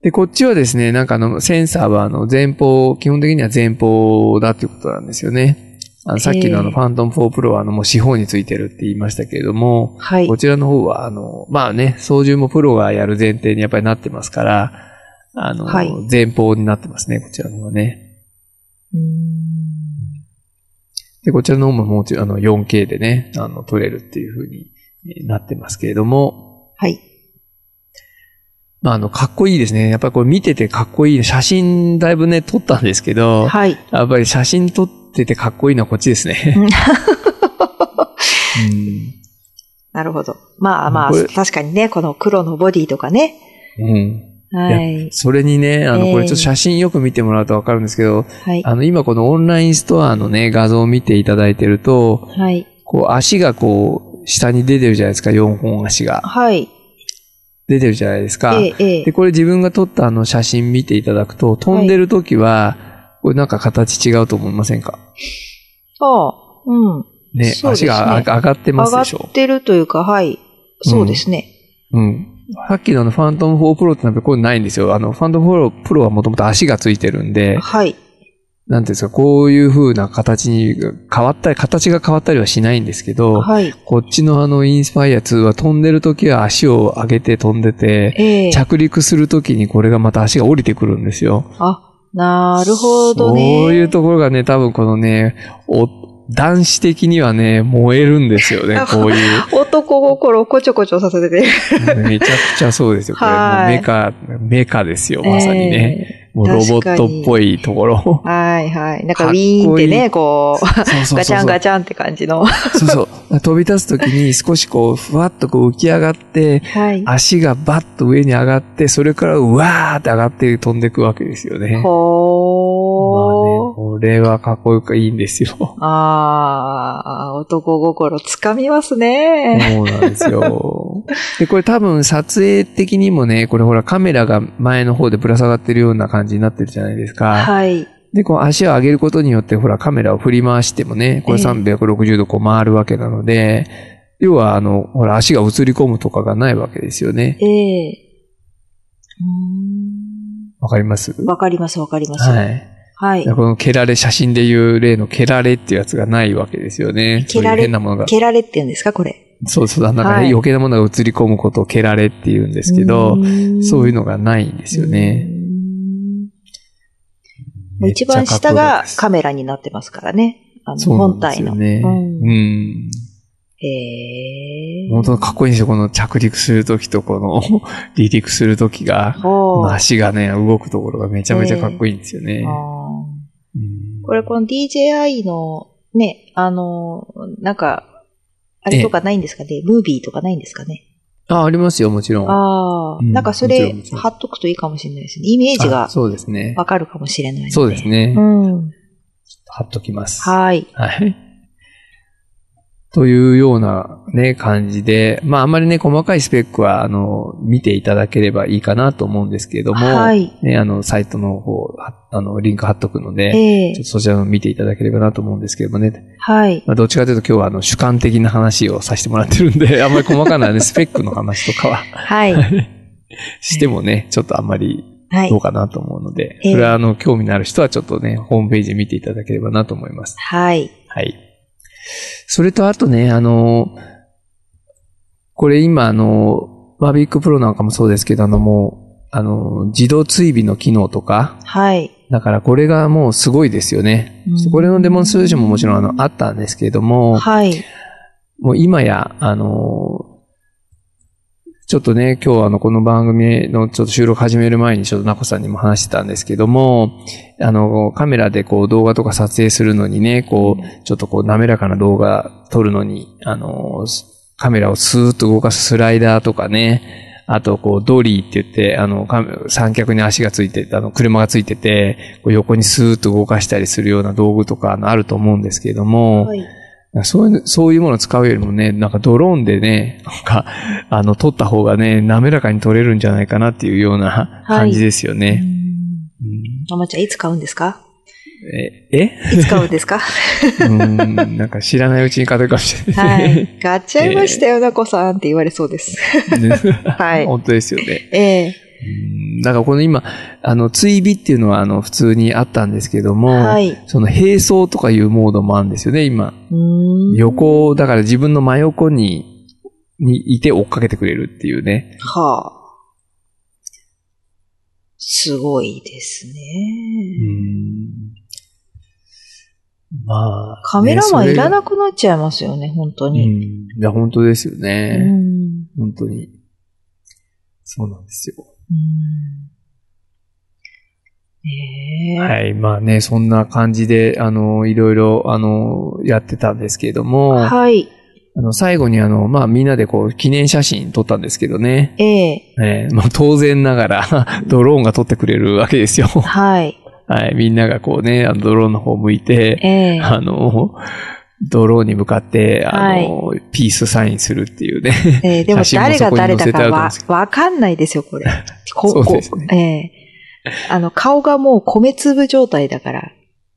S1: で、こっちはですね、なんかあの、センサーはあの、前方、基本的には前方だっていうことなんですよね。あの、さっきのあ
S2: え
S1: の、
S2: え
S1: ファントム4プロはあの、もう四方についてるって言いましたけれども、
S2: はい
S1: こ。ちらの方は、あの、まあね、操縦もプロがやる前提にやっぱりなってますから、あの、
S2: はい
S1: 前方になってますね、こちらの方はね。
S2: うーん
S1: で、こちらの方ももちろん、あの、4K でね、あの、撮れるっていう風にえーなってますけれども、
S2: はい。
S1: まあ、あの、かっこいいですね。やっぱりこれ見ててかっこいい。写真だいぶね、撮ったんですけど、
S2: はい。
S1: やっぱり写真撮っててかっこいいのはこっちです
S2: [LAUGHS]
S1: ね。
S2: なるほど。まあまあ
S1: これ、
S2: 確かにね、この黒のボディとかね。
S1: うん。うん。
S2: はい。
S1: それにね、あ
S2: え
S1: の、
S2: え
S1: これちょっと写真よく見てもらうとわかるんですけど、
S2: はい。
S1: あの、今このオンラインストアのね、画像を見ていただいてると、
S2: はい。
S1: こう足がこう、下に出てるじゃないですか、4本足が。
S2: はい。
S1: 出てるじゃないですか。
S2: ええ、え
S1: で、
S2: え。
S1: これ自分が撮ったあの写真見ていただくと、飛んでる時は、これなんか形違うと思いませんか
S2: ああ、うん。
S1: ね、
S2: そうで
S1: 足
S2: すね
S1: があ上がってま
S2: 上
S1: す
S2: が
S1: で
S2: っ
S1: しょ
S2: てるというか、はい。そうですね。
S1: うん。さっきのあの、ファントム4プロってのはこれないんですよ。あの、ファントム4プロはもともと足がついてるんで、
S2: はい。
S1: なんていうんですか、こういう風な形に変わったり、形が変わったりはしないんですけど、
S2: はい。
S1: こっちのあの、インスパイア2は飛んでる時は足を上げて飛んでて、
S2: ええ。
S1: 着陸する時にこれがまた足が降りてくるんですよ。
S2: あ、なるほどね。
S1: そういうところがね、多分このね、お男子的にはね、燃えるんですよね、こう
S2: [LAUGHS]
S1: いう。
S2: 男心をこちょこちょさせてて。
S1: めちゃくちゃそうですよ。これもう
S2: はい
S1: メカ、メカです [LAUGHS] よ、まさにね。
S2: ね。
S1: もうロボットっぽいところ。
S2: はいはい。なん
S1: かっ
S2: かウ
S1: こいい
S2: ィーンってね、こう、
S1: [LAUGHS] そうそうそうそう
S2: ガチャンガチャンって感じの。は
S1: そうそう。飛び立つときに少しこう、ふわっとこう浮き上がって、
S2: い。
S1: 足がバッと上に上がって、それからうわーって上がって飛んでいくわけですよね。まあね、
S2: ほー。
S1: これはかっこよくいいんですよ。そ
S2: あー、男心つかみます
S1: う
S2: ね。
S1: なんです
S2: [LAUGHS]
S1: よ。で、これ多分撮影的にもね、これほらカメラが前の方でぶら下がってるような感じになってるじゃないですか。
S2: はい。
S1: で、こう足を上げることによって、ほら、カメラを振り回してもね、これ
S2: ええ
S1: 360度こう回るわけなので、要は、あの、ほら、足が映り込むとかがないわけですよね。
S2: ええ。う
S1: わかります
S2: ーんわかります、わかります。
S1: は
S2: はい。
S1: い。だからこの蹴られ、写真でいう例の蹴られっていうやつがないわけですよね。
S2: 蹴ら
S1: そういう
S2: れ
S1: 変なものが。
S2: 蹴られって言うんですか、これ。
S1: そうそう、なんかね、
S2: はい
S1: 余計なものが映り込むことを蹴られっていうんですけど、そういう
S2: ので
S1: のがないんですよね。。
S2: もう一番下がカ
S1: メ
S2: メラになってますからね。あの、
S1: そうな
S2: 本
S1: んで
S2: 体
S1: すよ
S2: の。
S1: ね。
S2: うん
S1: うん。
S2: へー
S1: 本当にかっこいいんですよ。この着陸するときとこの [LAUGHS] 離陸するときが、
S2: ほうあ
S1: 足がね、動くところがめちゃめちゃかっこいいんですよね。
S2: ー
S1: うん
S2: これ、この DJI の、ね、あの、なんか、あれとかないんですかね、ムービーとかないんですかね。
S1: あ、ありますよ、もちろん。
S2: ああ、
S1: うん
S2: なんかそ
S1: もちろ
S2: れ
S1: んもちろん
S2: 貼っとくといいかもしれないですね。イメージ
S1: あ
S2: が
S1: そうですね。
S2: わかるかもしれないので。
S1: そうです
S2: ね。
S1: ね。
S2: うん。
S1: 貼っときます。
S2: はい。
S1: はい。というようなね、感じで、まああんまりね、細かいスペックは、あの、見ていただければいいかなと思うんですけれども、
S2: はい。
S1: ね、あの、サイトの方、ああの、リンク貼っとくので、
S2: ええ
S1: ちょっとそちらの見ていただければなと思うんですけれどもね、
S2: はい。
S1: まあ、どっちかというと今日はあの主観的な話をさせてもらってるん
S2: [LAUGHS]
S1: で、あんまり細かなね、スペックの話とかは [LAUGHS]
S2: はい。
S1: してもね、ちょっとあんまり
S2: はい
S1: どう。かなと思うので、
S2: ええ
S1: それはあの、興味のある人はちょっとね、ホームページ見ていただければなと思います。
S2: はい。
S1: はい。それとあとね、あの、これ今あの、マービックプロなんかもそうですけど、あのもう、あの、自動追尾の機能とか、
S2: はい。
S1: だからこれがもうすごいですよね。
S2: うん
S1: これのデモンストレーションももちろんあの、あったんですけれども、
S2: はい。
S1: もう今や、あのーちょっとね、今日あの、この番組のちょっと収録始める前にちょっとナコさんにも話してたんですけども、あの、カメラでこう動画とか撮影するのにね、こう、ちょっとこう滑らかな動画撮るのに、あのーカメラをスーッと動かすスライダーとかね、あと、こう、ドリーって言って、あの、カメ三脚に足がついて、あの、車がついてて、こう横にスーッと動かしたりするような道具とか、あのあると思うんですけれども、
S2: はい。
S1: そういう、そういうものを使うよりもね、なんかドローンでね、なんか、あの、撮った方がね、滑らかに撮れるんじゃないかなっていうような
S2: はい
S1: 感じですよね。
S2: うんママちゃん、いつ買うんですか
S1: え、え
S2: いつ買うんです [LAUGHS] か
S1: うーん、なんか知らないうちに買ってるかもしれな
S2: はい
S1: で [LAUGHS]
S2: い。買っちゃいましたよ、なこさんって言われそうです。
S1: すね。
S2: はい。
S1: 本当ですよね。
S2: え
S1: う
S2: え
S1: んだからこの今、あの、追尾っていうのはあの、普通にあったんですけども、
S2: はい。う
S1: その並走とかいうモードもあるんですよね、今。
S2: ーん。
S1: 横、だから自分の真横に、にいて追っかけてくれるっていうね。
S2: はあ。すごいです
S1: う
S2: ね。
S1: ん。まあ。
S2: カメラマンいら
S1: く
S2: なくなっちゃいますよね、本当
S1: うん。
S2: に。
S1: いや、本当ですよ
S2: う
S1: ね。
S2: ん。
S1: 本当に。そうなんですよ。
S2: ねえ。
S1: はい。まあね、そんな感じで、あの、いろいろ、あの、やってたんですけれども、
S2: はい。
S1: あの、最後にあの、まあみんなでこう、記念写真撮ったんですけどね。
S2: ええ。
S1: えーまあ当然ながら、 [LAUGHS] ドローンが撮ってくれるわけですよ。 [LAUGHS]
S2: はい。
S1: はい。みんながこうね、あのドローンの方向いて、
S2: ええ。
S1: あの、ドローンに向かって、あの、ピースサインするっていう
S2: [LAUGHS]
S1: ね。
S2: ええでも
S1: 写真も
S2: 誰
S1: そ
S2: が
S1: こに
S2: 誰
S1: 載せ
S2: だ
S1: てあ
S2: か
S1: ると思うん
S2: わ
S1: ですけ、
S2: わかんないですよ、これ。
S1: [LAUGHS]
S2: こ
S1: そうですね
S2: こええあの、顔がもう米粒状態だから、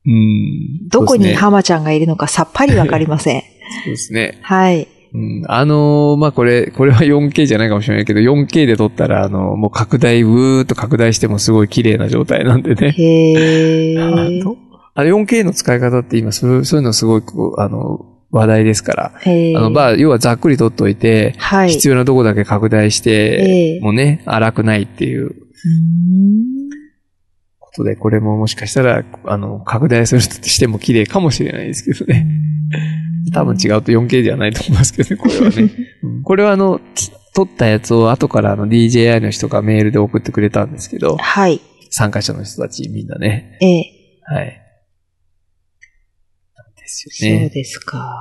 S1: うん。
S2: どこに
S1: そう
S2: 浜ちゃんがいるのかさっぱりわかり
S1: [LAUGHS]
S2: ません。
S1: ですね。
S2: はい。
S1: うん、あのーまあ、これ、これは 4K じゃないかもしれないけど、4K で撮ったら、あの、もう拡大、うーっと拡大してもすごい綺麗な状態なんでね。
S2: へえ。
S1: あのあれ 4K の使い方って今、そういうそういうのすごいこう、あの、話題ですから。
S2: へえ
S1: あの、まあ、要はざっくり撮っといて、
S2: はい。
S1: 必要なとこだけ拡大して
S2: え、え
S1: もうね、荒くないっていうことで、これももしかしたら、あの、拡大するとしても綺麗かもしれないですけどね。多分違
S2: う
S1: うと 4K ではないと思いますけどね、これは
S2: [LAUGHS]
S1: ね。うんこれはあの、つ撮ったやつを後からあの DJI の人がメールで送ってくれたんですけど
S2: ーん。、はい。
S1: 参加者の人たちみんなね。
S2: ええ
S1: はい。なんですよ
S2: そう
S1: ね。
S2: ですか。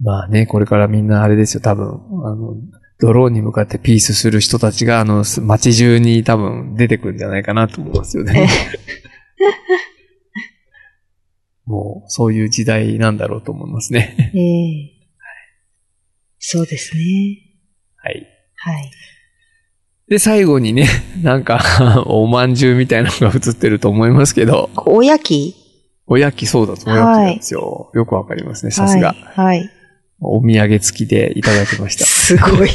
S1: まあね、これからみんなあれですよ、多分、あの、ドローンに向かってピースする人たちが、あの、す街中に多分出てくるんじゃないかなと思いますよね。 [LAUGHS] もう、そういう時代なんだろうと思いますね。 [LAUGHS]
S2: ええそうですね。
S1: はい。
S2: はい。
S1: で、最後にね、 [LAUGHS] なんか、おまんじゅうみたいなのが映ってると思いますけど、
S2: おやき
S1: おやきそうだとおやきなんですよ。よくわかりますね、さすが。
S2: はい。はい。
S1: お土産付きでいただきました。
S2: [LAUGHS] すごい。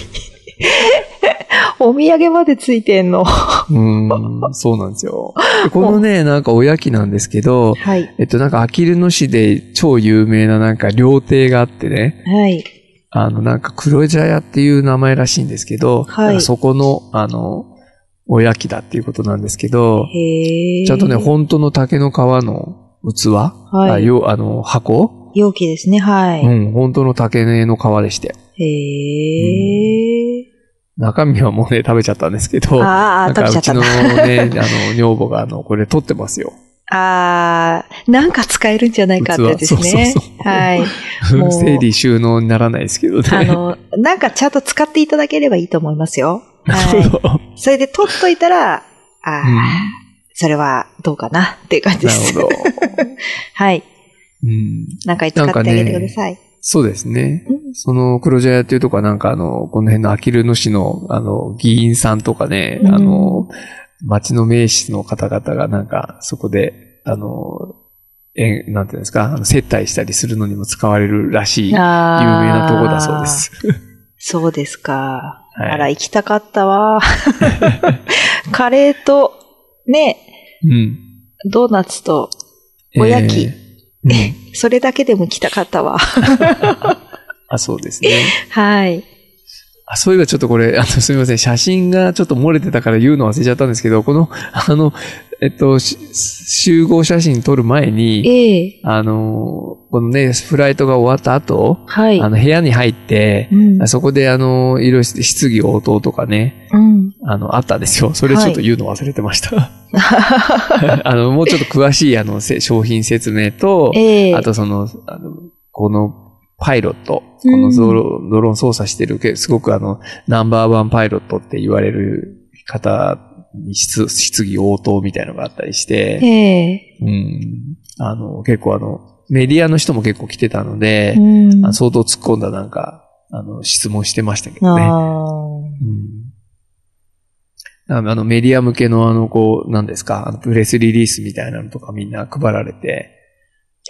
S2: お土産までついてんの。は
S1: うーん、そうなんですよ。でこのね、なんかおやきなんですけど、
S2: い。
S1: えっと、なんか、あきる野市で超有名ななんか料亭があってね、
S2: はい。
S1: あの、なんか黒茶屋っていう名前らしいんですけど、
S2: はい
S1: なんかそこの、あの、おやきだっていうことなんですけど、
S2: へえ。
S1: ちゃんとね、本当の竹の皮の器、
S2: はい
S1: あよあの箱、
S2: 容器ですね。はい。
S1: うん、本当の竹の皮でして。
S2: へえ。
S1: 中身はもうね、食べちゃったんですけど、
S2: あーあ
S1: な
S2: ー、
S1: ん
S2: 食べ
S1: か
S2: ちゃ
S1: う
S2: っ
S1: ち
S2: た
S1: の
S2: な。
S1: ね、あの、女房があの、これ取ってますよ。
S2: ああ、なんか使えるんじゃないかってやつですね
S1: 器そうそう。そう [LAUGHS]
S2: はい。もう
S1: 整理収納にならないですけどね。
S2: あの、なんかちゃんと使っていただければいいと思いま
S1: [LAUGHS]
S2: すよ。
S1: なる
S2: は
S1: ほど。
S2: い。それで取っといたら、ああ、
S1: うん
S2: それはどうかなっていう感 [LAUGHS] じで
S1: な
S2: す。
S1: るほど。
S2: [LAUGHS] はい。
S1: うん、
S2: 何回使ってあげてください。
S1: そうですね。
S2: うん
S1: その、黒茶屋っていうとこはなんかあの、この辺のあきる野市の、あの、議員さんとかね、
S2: うん
S1: あの、町の名士の方々がなんか、そこで、あの、えんなんていうんですか、あの接待したりするのにも使われるらしい、有名
S2: あー
S1: なとこだそうです。
S2: そうですか。
S1: はい
S2: あら、行きたかったわ。 [LAUGHS] カレーと、ね、
S1: うん。
S2: ドーナツと、おやき
S1: えーうん
S2: それだけでも行きたかったわ。
S1: あ、そうですね。
S2: はい。
S1: あそういえばちょっとこれ、あの、すみません。写真がちょっと漏れてたから言うの忘れちゃったんですけど、この、あの、えっと、し集合写真撮る前に、
S2: ええ
S1: あのー、このね、フライトが終わった後、
S2: はい。
S1: あの、部屋に入って、
S2: うん
S1: そこで、あのー、いろいろ質疑応答とかね、
S2: うん。
S1: あの、あったんですよ。それちょっと言うの忘れてました。 [LAUGHS] あの、もうちょっと詳しい、あの、せ商品説明と、
S2: ええ
S1: あとその、あの、このパイロット、このドロ,、ドローン操作してるけ、すごくあの、ナンバーワンパイロットって言われる方に質質疑応答みたいのがあったりして、
S2: ええ
S1: うん。あの、結構あの、メディアの人も結構来てたので、
S2: うん
S1: あの相当突っ込んだなんか、あの、質問してましたけどね。
S2: あ
S1: うん。あの、メディア向けのあの、こう、なんですか、あのプレスリリースみたいなのとかみんな配られて、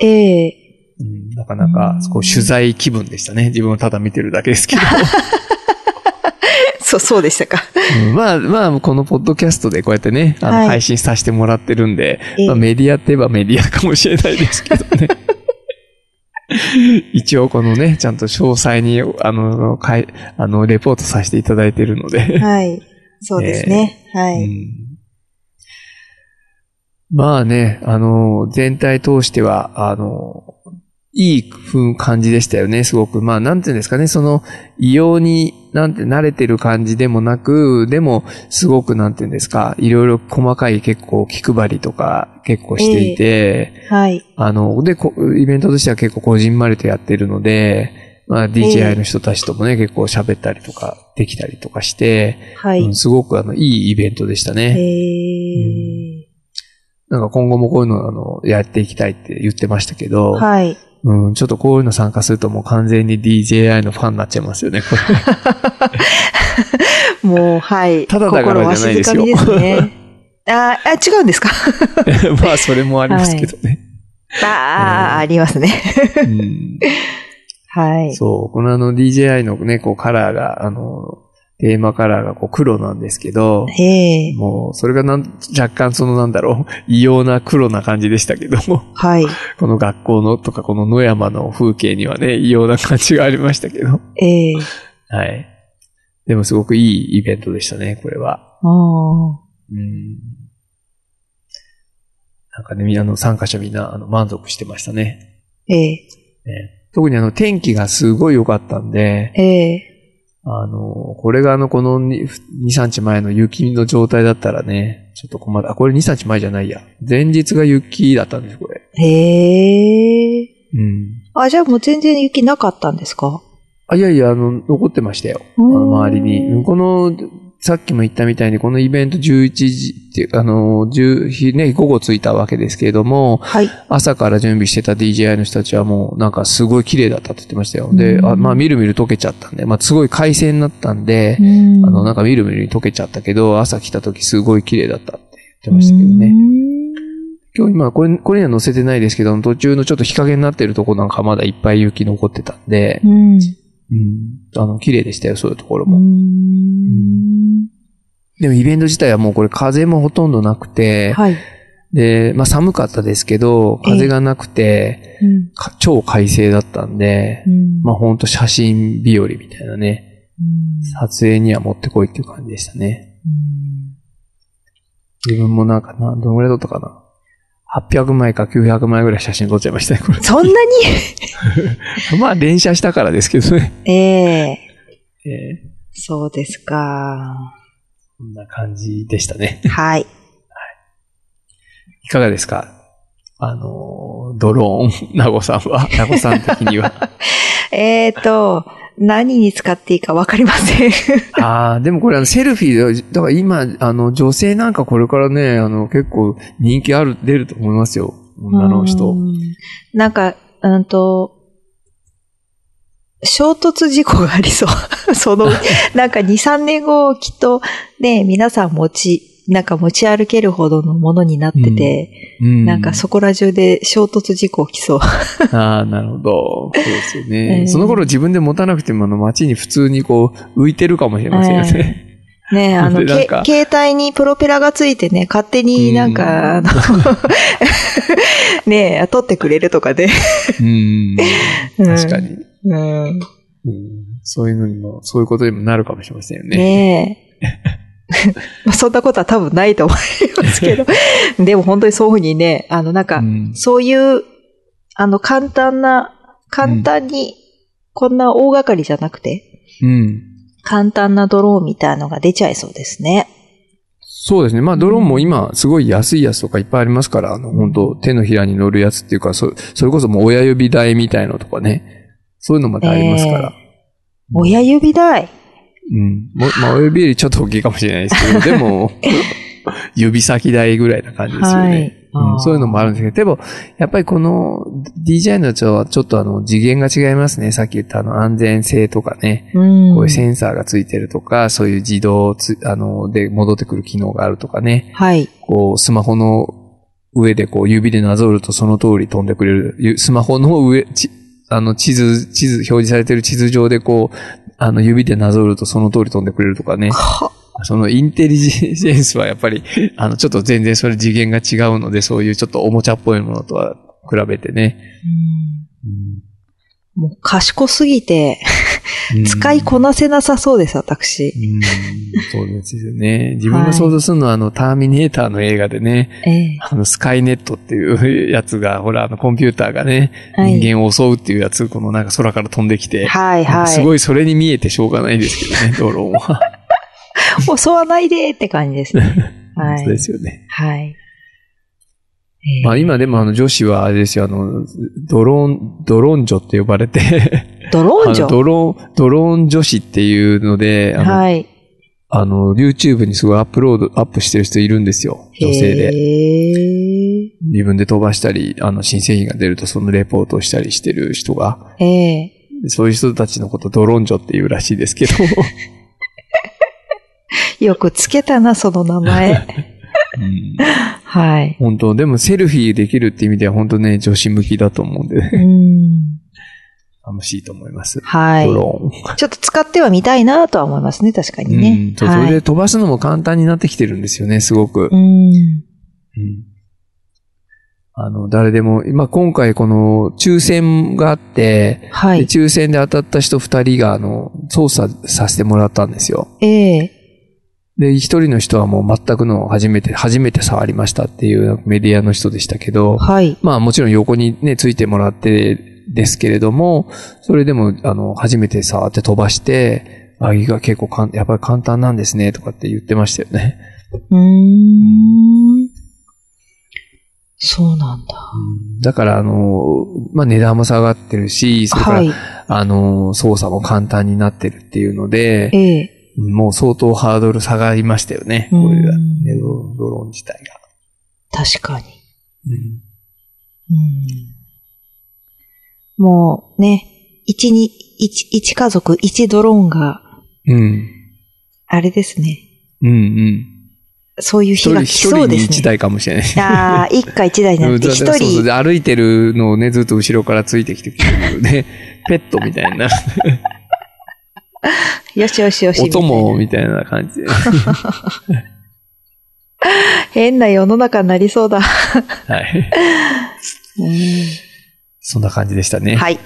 S2: え
S1: [LAUGHS]
S2: え
S1: うん、なかなか、こう、取材気分でしたね。自分はただ見てるだけですけ
S2: [LAUGHS]
S1: ど。
S2: そう、そうでしたか。
S1: うんまあ、まあ、このポッドキャストでこうやってね、あの、
S2: はい
S1: 配信させてもらってるんで、
S2: ええ
S1: まあ、メディアって言えばメディアかもしれないですけ
S2: [LAUGHS]
S1: どね。一応このね、ちゃんと詳細に、あの、かい、あの、レポートさせていただいてるので。
S2: はい。そうですね。は
S1: う
S2: い。
S1: んまあね、あの、全体通しては、あの、いい風感じでしたよね、すごく。まあ、なんていうんですかね、その、異様に、なんて、慣れてる感じでもなく、でも、すごく、なんていうんですか、いろいろ細かい結構気配りとか、結構していて、
S2: はい。
S1: あの、で、こイベントとしては結構こじんまりとやってるので、まあ、DJI の人たちともね、結構喋ったりとか、できたりとかして、
S2: は
S1: う
S2: い
S1: ん、。すごくあの、いいイベントでした
S2: え
S1: ね。
S2: え
S1: なんか今後もこういうの、あの、やっていきたいって言ってましたけど、
S2: はい。
S1: うん、ちょっとこういうの参加するともう完全に DJI のファンになっちゃいますよね、これ。
S2: もう、はい。
S1: ただだから
S2: 心は
S1: じゃない
S2: 静
S1: です
S2: か
S1: よ
S2: にです
S1: [LAUGHS]
S2: ね。あーあ、違うんですか
S1: まあ、それ [LAUGHS] もありますけどね。
S2: ああ、
S1: うん
S2: ありますね。
S1: うん
S2: はい。
S1: そう、このあの DJI のね、こうカラーが、あの、テーマカラーがこう黒なんですけど、
S2: ええ
S1: もう、それがなん、若干そのなんだろう、 [LAUGHS] 異様な黒な感じでしたけど [LAUGHS] も、
S2: はい。
S1: この学校のとかこの野山の風景にはね、異様な感じがありましたけど。
S2: ええ
S1: はい。でもすごくいいイベントでしたね、これは。
S2: あ
S1: うん。なんかね、みんなあの参加者みんなあの満足してましたね。
S2: ーえ
S1: ね特にあの天気がすごい良かったんで
S2: え、え
S1: あの、これがあのこの2、2 3日前の雪の状態だったらね、ちょっと困った。あ、これ2、3日前じゃないや。前日が雪だったんです、これ。
S2: えええ
S1: うん。
S2: あ、じゃあもう全然雪なかったんですか
S1: あ、いやいや、あの、残ってましたよ。
S2: あ
S1: あの周りに。うんこの、さっきも言ったみたいに、このイベント11時って、あの、10日ね、午後着いたわけですけれども、
S2: はい。
S1: 朝から準備してた DJI の人たちはもう、なんかすごい綺麗だったって言ってましたよ。で、
S2: うん
S1: あまあ、みるみる溶けちゃったんで、まあ、すごい快晴になったんで、あの、なんかみるみるに溶けちゃったけど、朝来た時すごい綺麗だったって言ってましたけどね。今日今、これ、これには載せてないですけど、途中のちょっと日陰になってるとこなんかまだいっぱい雪残ってたんで
S2: う、
S1: う
S2: ん。
S1: ん、あの、綺麗でしたよ、そういうところ
S2: う
S1: も。
S2: ん。
S1: でもイベント自体はもうこれ風もほとんどなくて、
S2: はい。
S1: で、まあ寒かったですけど、風がなくて、
S2: うん
S1: か超快晴だったんで、
S2: うん
S1: まあほんと写真日和みたいなね、
S2: うん
S1: 撮影には持ってこいっていう感じでしたね。
S2: うん
S1: 自分もなんかな、どのぐらい撮ったかな。800枚か900枚ぐらい写真撮っちゃいましたね、これ。
S2: そんなに [LAUGHS]
S1: [LAUGHS] まあ連写したからですけどね。
S2: ええ
S1: えー
S2: そうですか。
S1: こんな感じでしたね。
S2: はい。
S1: いかがですかあのー、ドローン、ナゴさんは、 [LAUGHS] ナゴさん的には。
S2: えっ、と、何に使っていいかわかりません。
S1: [LAUGHS] ああ、でもこれあのセルフィーで、だから今、あの、女性なんかこれからね、あの、結構人気ある、出ると思いますよ。女の人。
S2: うん。なんか、うんと、衝突事故がありそう。 [LAUGHS]
S1: [LAUGHS]
S2: その、なんか2、3年後、きっと、ね、皆さん持ち、なんか持ち歩けるほどのものになってて、
S1: うん。
S2: なんかそこら中で衝突事故起き
S1: [LAUGHS]
S2: そう。
S1: ああ、なるほど。そうですよね。
S2: [LAUGHS] えー
S1: その頃自分で持たなくても、あの、街に普通にこう、浮いてるかもしれませんよね。
S2: ね、あの、
S1: でなん
S2: け
S1: か
S2: 携帯にプロペラがついてね、勝手になんか、
S1: うん
S2: あの、
S1: [LAUGHS]
S2: ね、撮ってくれるとかで。
S1: うん。
S2: うん
S1: 確かに、
S2: うん。
S1: うん。そういうのにも、そういうことにもなるかもしれませんよね。
S2: ね
S1: [LAUGHS]
S2: え。まあそんなことは多分ないと思いま
S1: [LAUGHS]
S2: すけど。でも本当にそういうふうにね、あのなんか、
S1: うん
S2: そういう、あの簡単な、簡単に、こんな大掛かりじゃなくて、
S1: うん。
S2: 簡単なドローンみたいのが出ちゃいそうですね。
S1: そうですね。まあ、ドローンも今、すごい安いやつとかいっぱいありますから、あの、本当手のひらに乗るやつっていうか、そそれこそもう親指台みたいのとかね、そういうのまでありますから。
S2: 親指台。
S1: うん。もまあ、親
S2: [LAUGHS]
S1: 指よりちょっと大きいかもしれないですけど、でも、指先台ぐらいな感じですよ
S2: はい
S1: ね。。うん、そういうのもあるんですけど、でも、やっぱりこの DJI のやつはちょっとあの次元が違いますね。さっき言ったあの安全性とかね、
S2: うん。
S1: こういうセンサーがついてるとか、そういう自動つ、あの、で戻ってくる機能があるとかね、
S2: はい。
S1: こうスマホの上でこう指でなぞるとその通り飛んでくれる、ゆスマホの上、ちあの地図、地図、表示されてる地図上でこう、あの指でなぞるとその通り飛んでくれるとかね。
S2: は
S1: そのインテリジェンスはやっぱり、あの、ちょっと全然それ次元が違うので、そういうちょっとおもちゃっぽいものとは比べてね。
S2: もう賢すぎて、
S1: うん
S2: 使いこなせなさそうです、私。
S1: うんそうですよね。自分が想像するのは、あの、ターミネーターの映画でね、
S2: ええ。
S1: あの、スカイネットっていうやつが、ほら、あの、コンピューターがね、
S2: はい
S1: 人間を襲うっていうやつ、このなんか空から飛んできて、
S2: はいはい。
S1: すごいそれに見えてしょうがないですけどね、ド
S2: [LAUGHS]
S1: ローンは。
S2: 襲わないでって感じで
S1: [LAUGHS]
S2: すね。は
S1: そうで
S2: い。
S1: すよね。
S2: はい。えー
S1: まあ今でもあの女子はあれですよ、あの、ドローン、ドローン女って呼ばれて、
S2: ドロ
S1: あ
S2: ーン
S1: の
S2: 女
S1: ドローン、ドローン女子っていうので、あの、
S2: はい。
S1: あの YouTube にすごいアップロード、アップしてる人いるんですよ。女性で。
S2: で。
S1: 自分で飛ばしたり、あの、新製品が出るとそのレポートをしたりしてる人が、
S2: ええ
S1: そういう人たちのことドローン女っていうらしいですけ
S2: [LAUGHS]
S1: ど、
S2: よくつけたな、その
S1: [LAUGHS]
S2: 名前。
S1: うん
S2: はい。
S1: 本当、でもセルフィーできるって意味では本当ね、女子向きだと思うん
S2: う
S1: で、 [LAUGHS]
S2: ん。
S1: 楽しいと思います。
S2: はい
S1: ド。ローン。
S2: ちょっと使ってはみたいなとは思いますね、確かに
S1: うん
S2: ね。
S1: そう
S2: は
S1: それ
S2: い
S1: で飛ばすのも簡単になってきてるんですよね、すごく。
S2: う
S1: うん
S2: ん。
S1: あの、誰でも、今今回この抽選があって、
S2: は
S1: で
S2: い。
S1: 抽選で当たった人2人が、あの、操作させてもらったんですよ。
S2: ええ
S1: で、1人の人はもう全くの初めて、初めて触りましたっていうメディアの人でしたけど、
S2: はい。
S1: まあもちろん横にね、ついてもらってですけれども、それでも、あの、初めて触って飛ばして、あ、いいが結構かん、やっぱり簡単なんですね、とかって言ってましたよね。
S2: うーん。そうなんだ。
S1: だから、あの、まあ、値段も下がってるし、それから、
S2: はい。
S1: あの、操作も簡単になってるっていうので、
S2: ええ
S1: もう相当ハードル下がりましたよね。
S2: うん
S1: こういうねドドローン自体が。
S2: 確かに。うんもうね、一に、一、一家族、一ドローンが、
S1: うん。うん。
S2: あれですね。
S1: うんうん。
S2: そういう
S1: 一人、
S2: 日が
S1: 一
S2: 来そう
S1: 人に
S2: です
S1: 一
S2: ね。
S1: 台かもしれない。
S2: ああ、一家一台じゃなくて、
S1: うん
S2: 一
S1: そうそう
S2: 人。
S1: で歩いてるのをね、ずっと後ろからついてきてくれる
S2: [LAUGHS]
S1: ね。ペットみたいな。
S2: よしよしよし。
S1: 音も、みたいな感じで。
S2: 変な世の中になりそうだ。
S1: はい。そんな感じでしたね。
S2: はい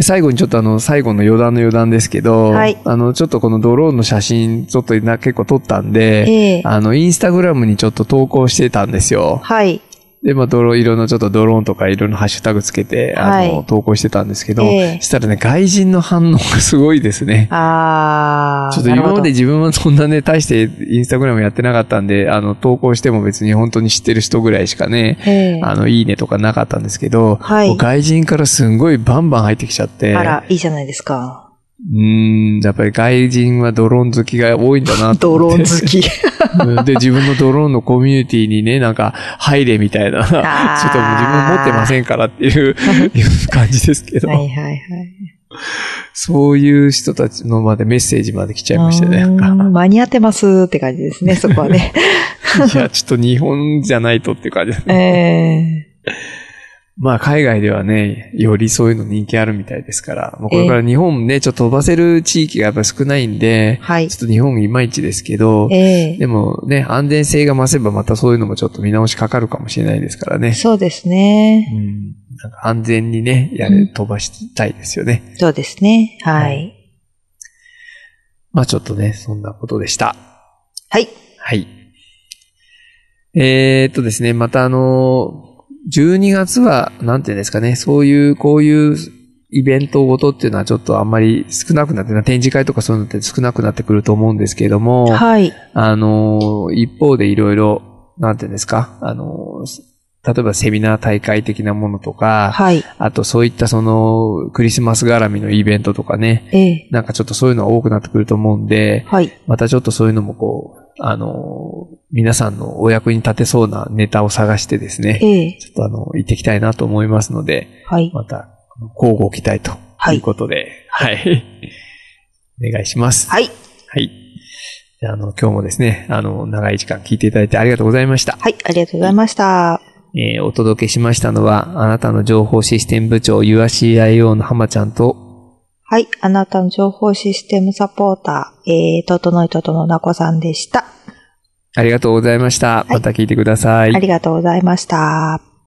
S1: 最後にちょっとあの、最後の余談の余談ですけど、
S2: はい
S1: あの、ちょっとこのドローンの写真、ちょっとな結構撮ったんで、
S2: ええ
S1: あの、インスタグラムにちょっと投稿してたんですよ。
S2: はい。
S1: で、まあ、ドローン、いろんなちょっとドローンとかいろんなハッシュタグつけて、あの、
S2: はい
S1: 投稿してたんですけど、
S2: ええ
S1: したらね、外人の反応がすごいですね。
S2: ああ。
S1: ちょっと
S2: なる
S1: 今
S2: ほど
S1: まで自分はそんなね、大してインスタグラムやってなかったんで、あの、投稿しても別に本当に知ってる人ぐらいしかね、
S2: ええ
S1: あの、いいねとかなかったんですけど、
S2: はい
S1: もう外人からすんごいバンバン入ってきちゃって、
S2: あら、いいじゃないですか。
S1: うーん、やっぱり外人はドローン好きが多いんだなと
S2: ドロ
S1: 思
S2: ー
S1: っ
S2: ン
S1: て。
S2: 好き。
S1: うん [LAUGHS] で、自分のドローンのコミュニティにね、なんか、入れみたいな、ちょっともう
S2: あ
S1: 自分
S2: ー
S1: 持ってませんからっていういう感じですけど、
S2: はいはいはい。
S1: そういう人たちのまでメッセージまで来ちゃいましたね。
S2: うーん
S1: なんか
S2: 間に合ってますって感じですね、そこ
S1: [LAUGHS]
S2: はね。
S1: いや、ちょっと日本じゃないとっていう感じ。
S2: ええ
S1: まあ、海外ではね、よりそういうの人気あるみたいですから、もうこれから日本ね、ちょっと飛ばせる地域がやっぱ少ないんで、
S2: はい
S1: ちょっと日本いまいちですけど、
S2: ええ
S1: でもね、安全性が増せばまたそういうのもちょっと見直しかかるかもしれないですからね。
S2: そうです
S1: う
S2: ね。
S1: ん。なんか安全にね、や
S2: う
S1: れ、
S2: ん
S1: 飛ばしたいですよね。
S2: そうですね。は。
S1: はいまあちょっとね、そんなことでした。
S2: はい。
S1: はい。えー、っとですね、またあの、12月は、なんていうんですかね、そういう、こういうイベントごとっていうのはちょっとあんまり少なくなって、展示会とかそういうのって少なくなってくると思うんですけれども、
S2: はい。
S1: あの、一方でいろいろ、なんていうんですか、あの、例えばセミナー大会的なものとか、
S2: はい。
S1: あとそういったそのクリスマス絡みのイベントとかね、
S2: ええ
S1: なんかちょっとそういうのは多くなってくると思うんで、
S2: はい。
S1: またちょっとそういうのもこう、あの、皆さんのお役に立てそうなネタを探してですね、
S2: ええ。
S1: ちょっとあの、行ってきたいなと思いますので、
S2: はい。
S1: また、交互期待ということで、はい。 [LAUGHS] お願いします。
S2: はい。
S1: はい。じゃあ、あの、今日もですね、あの、長い時間聞いていただいてありがとうございました。
S2: はい。ありがとうございました。
S1: えーお届けしましたのは、あなたの情報システム部長、URCIO の浜ちゃんと、
S2: はい。あなたの情報システムサポーター、えー、ととのいととのなこさんでした。
S1: ありがとうございました。また聞いてください。
S2: ありがとうございました。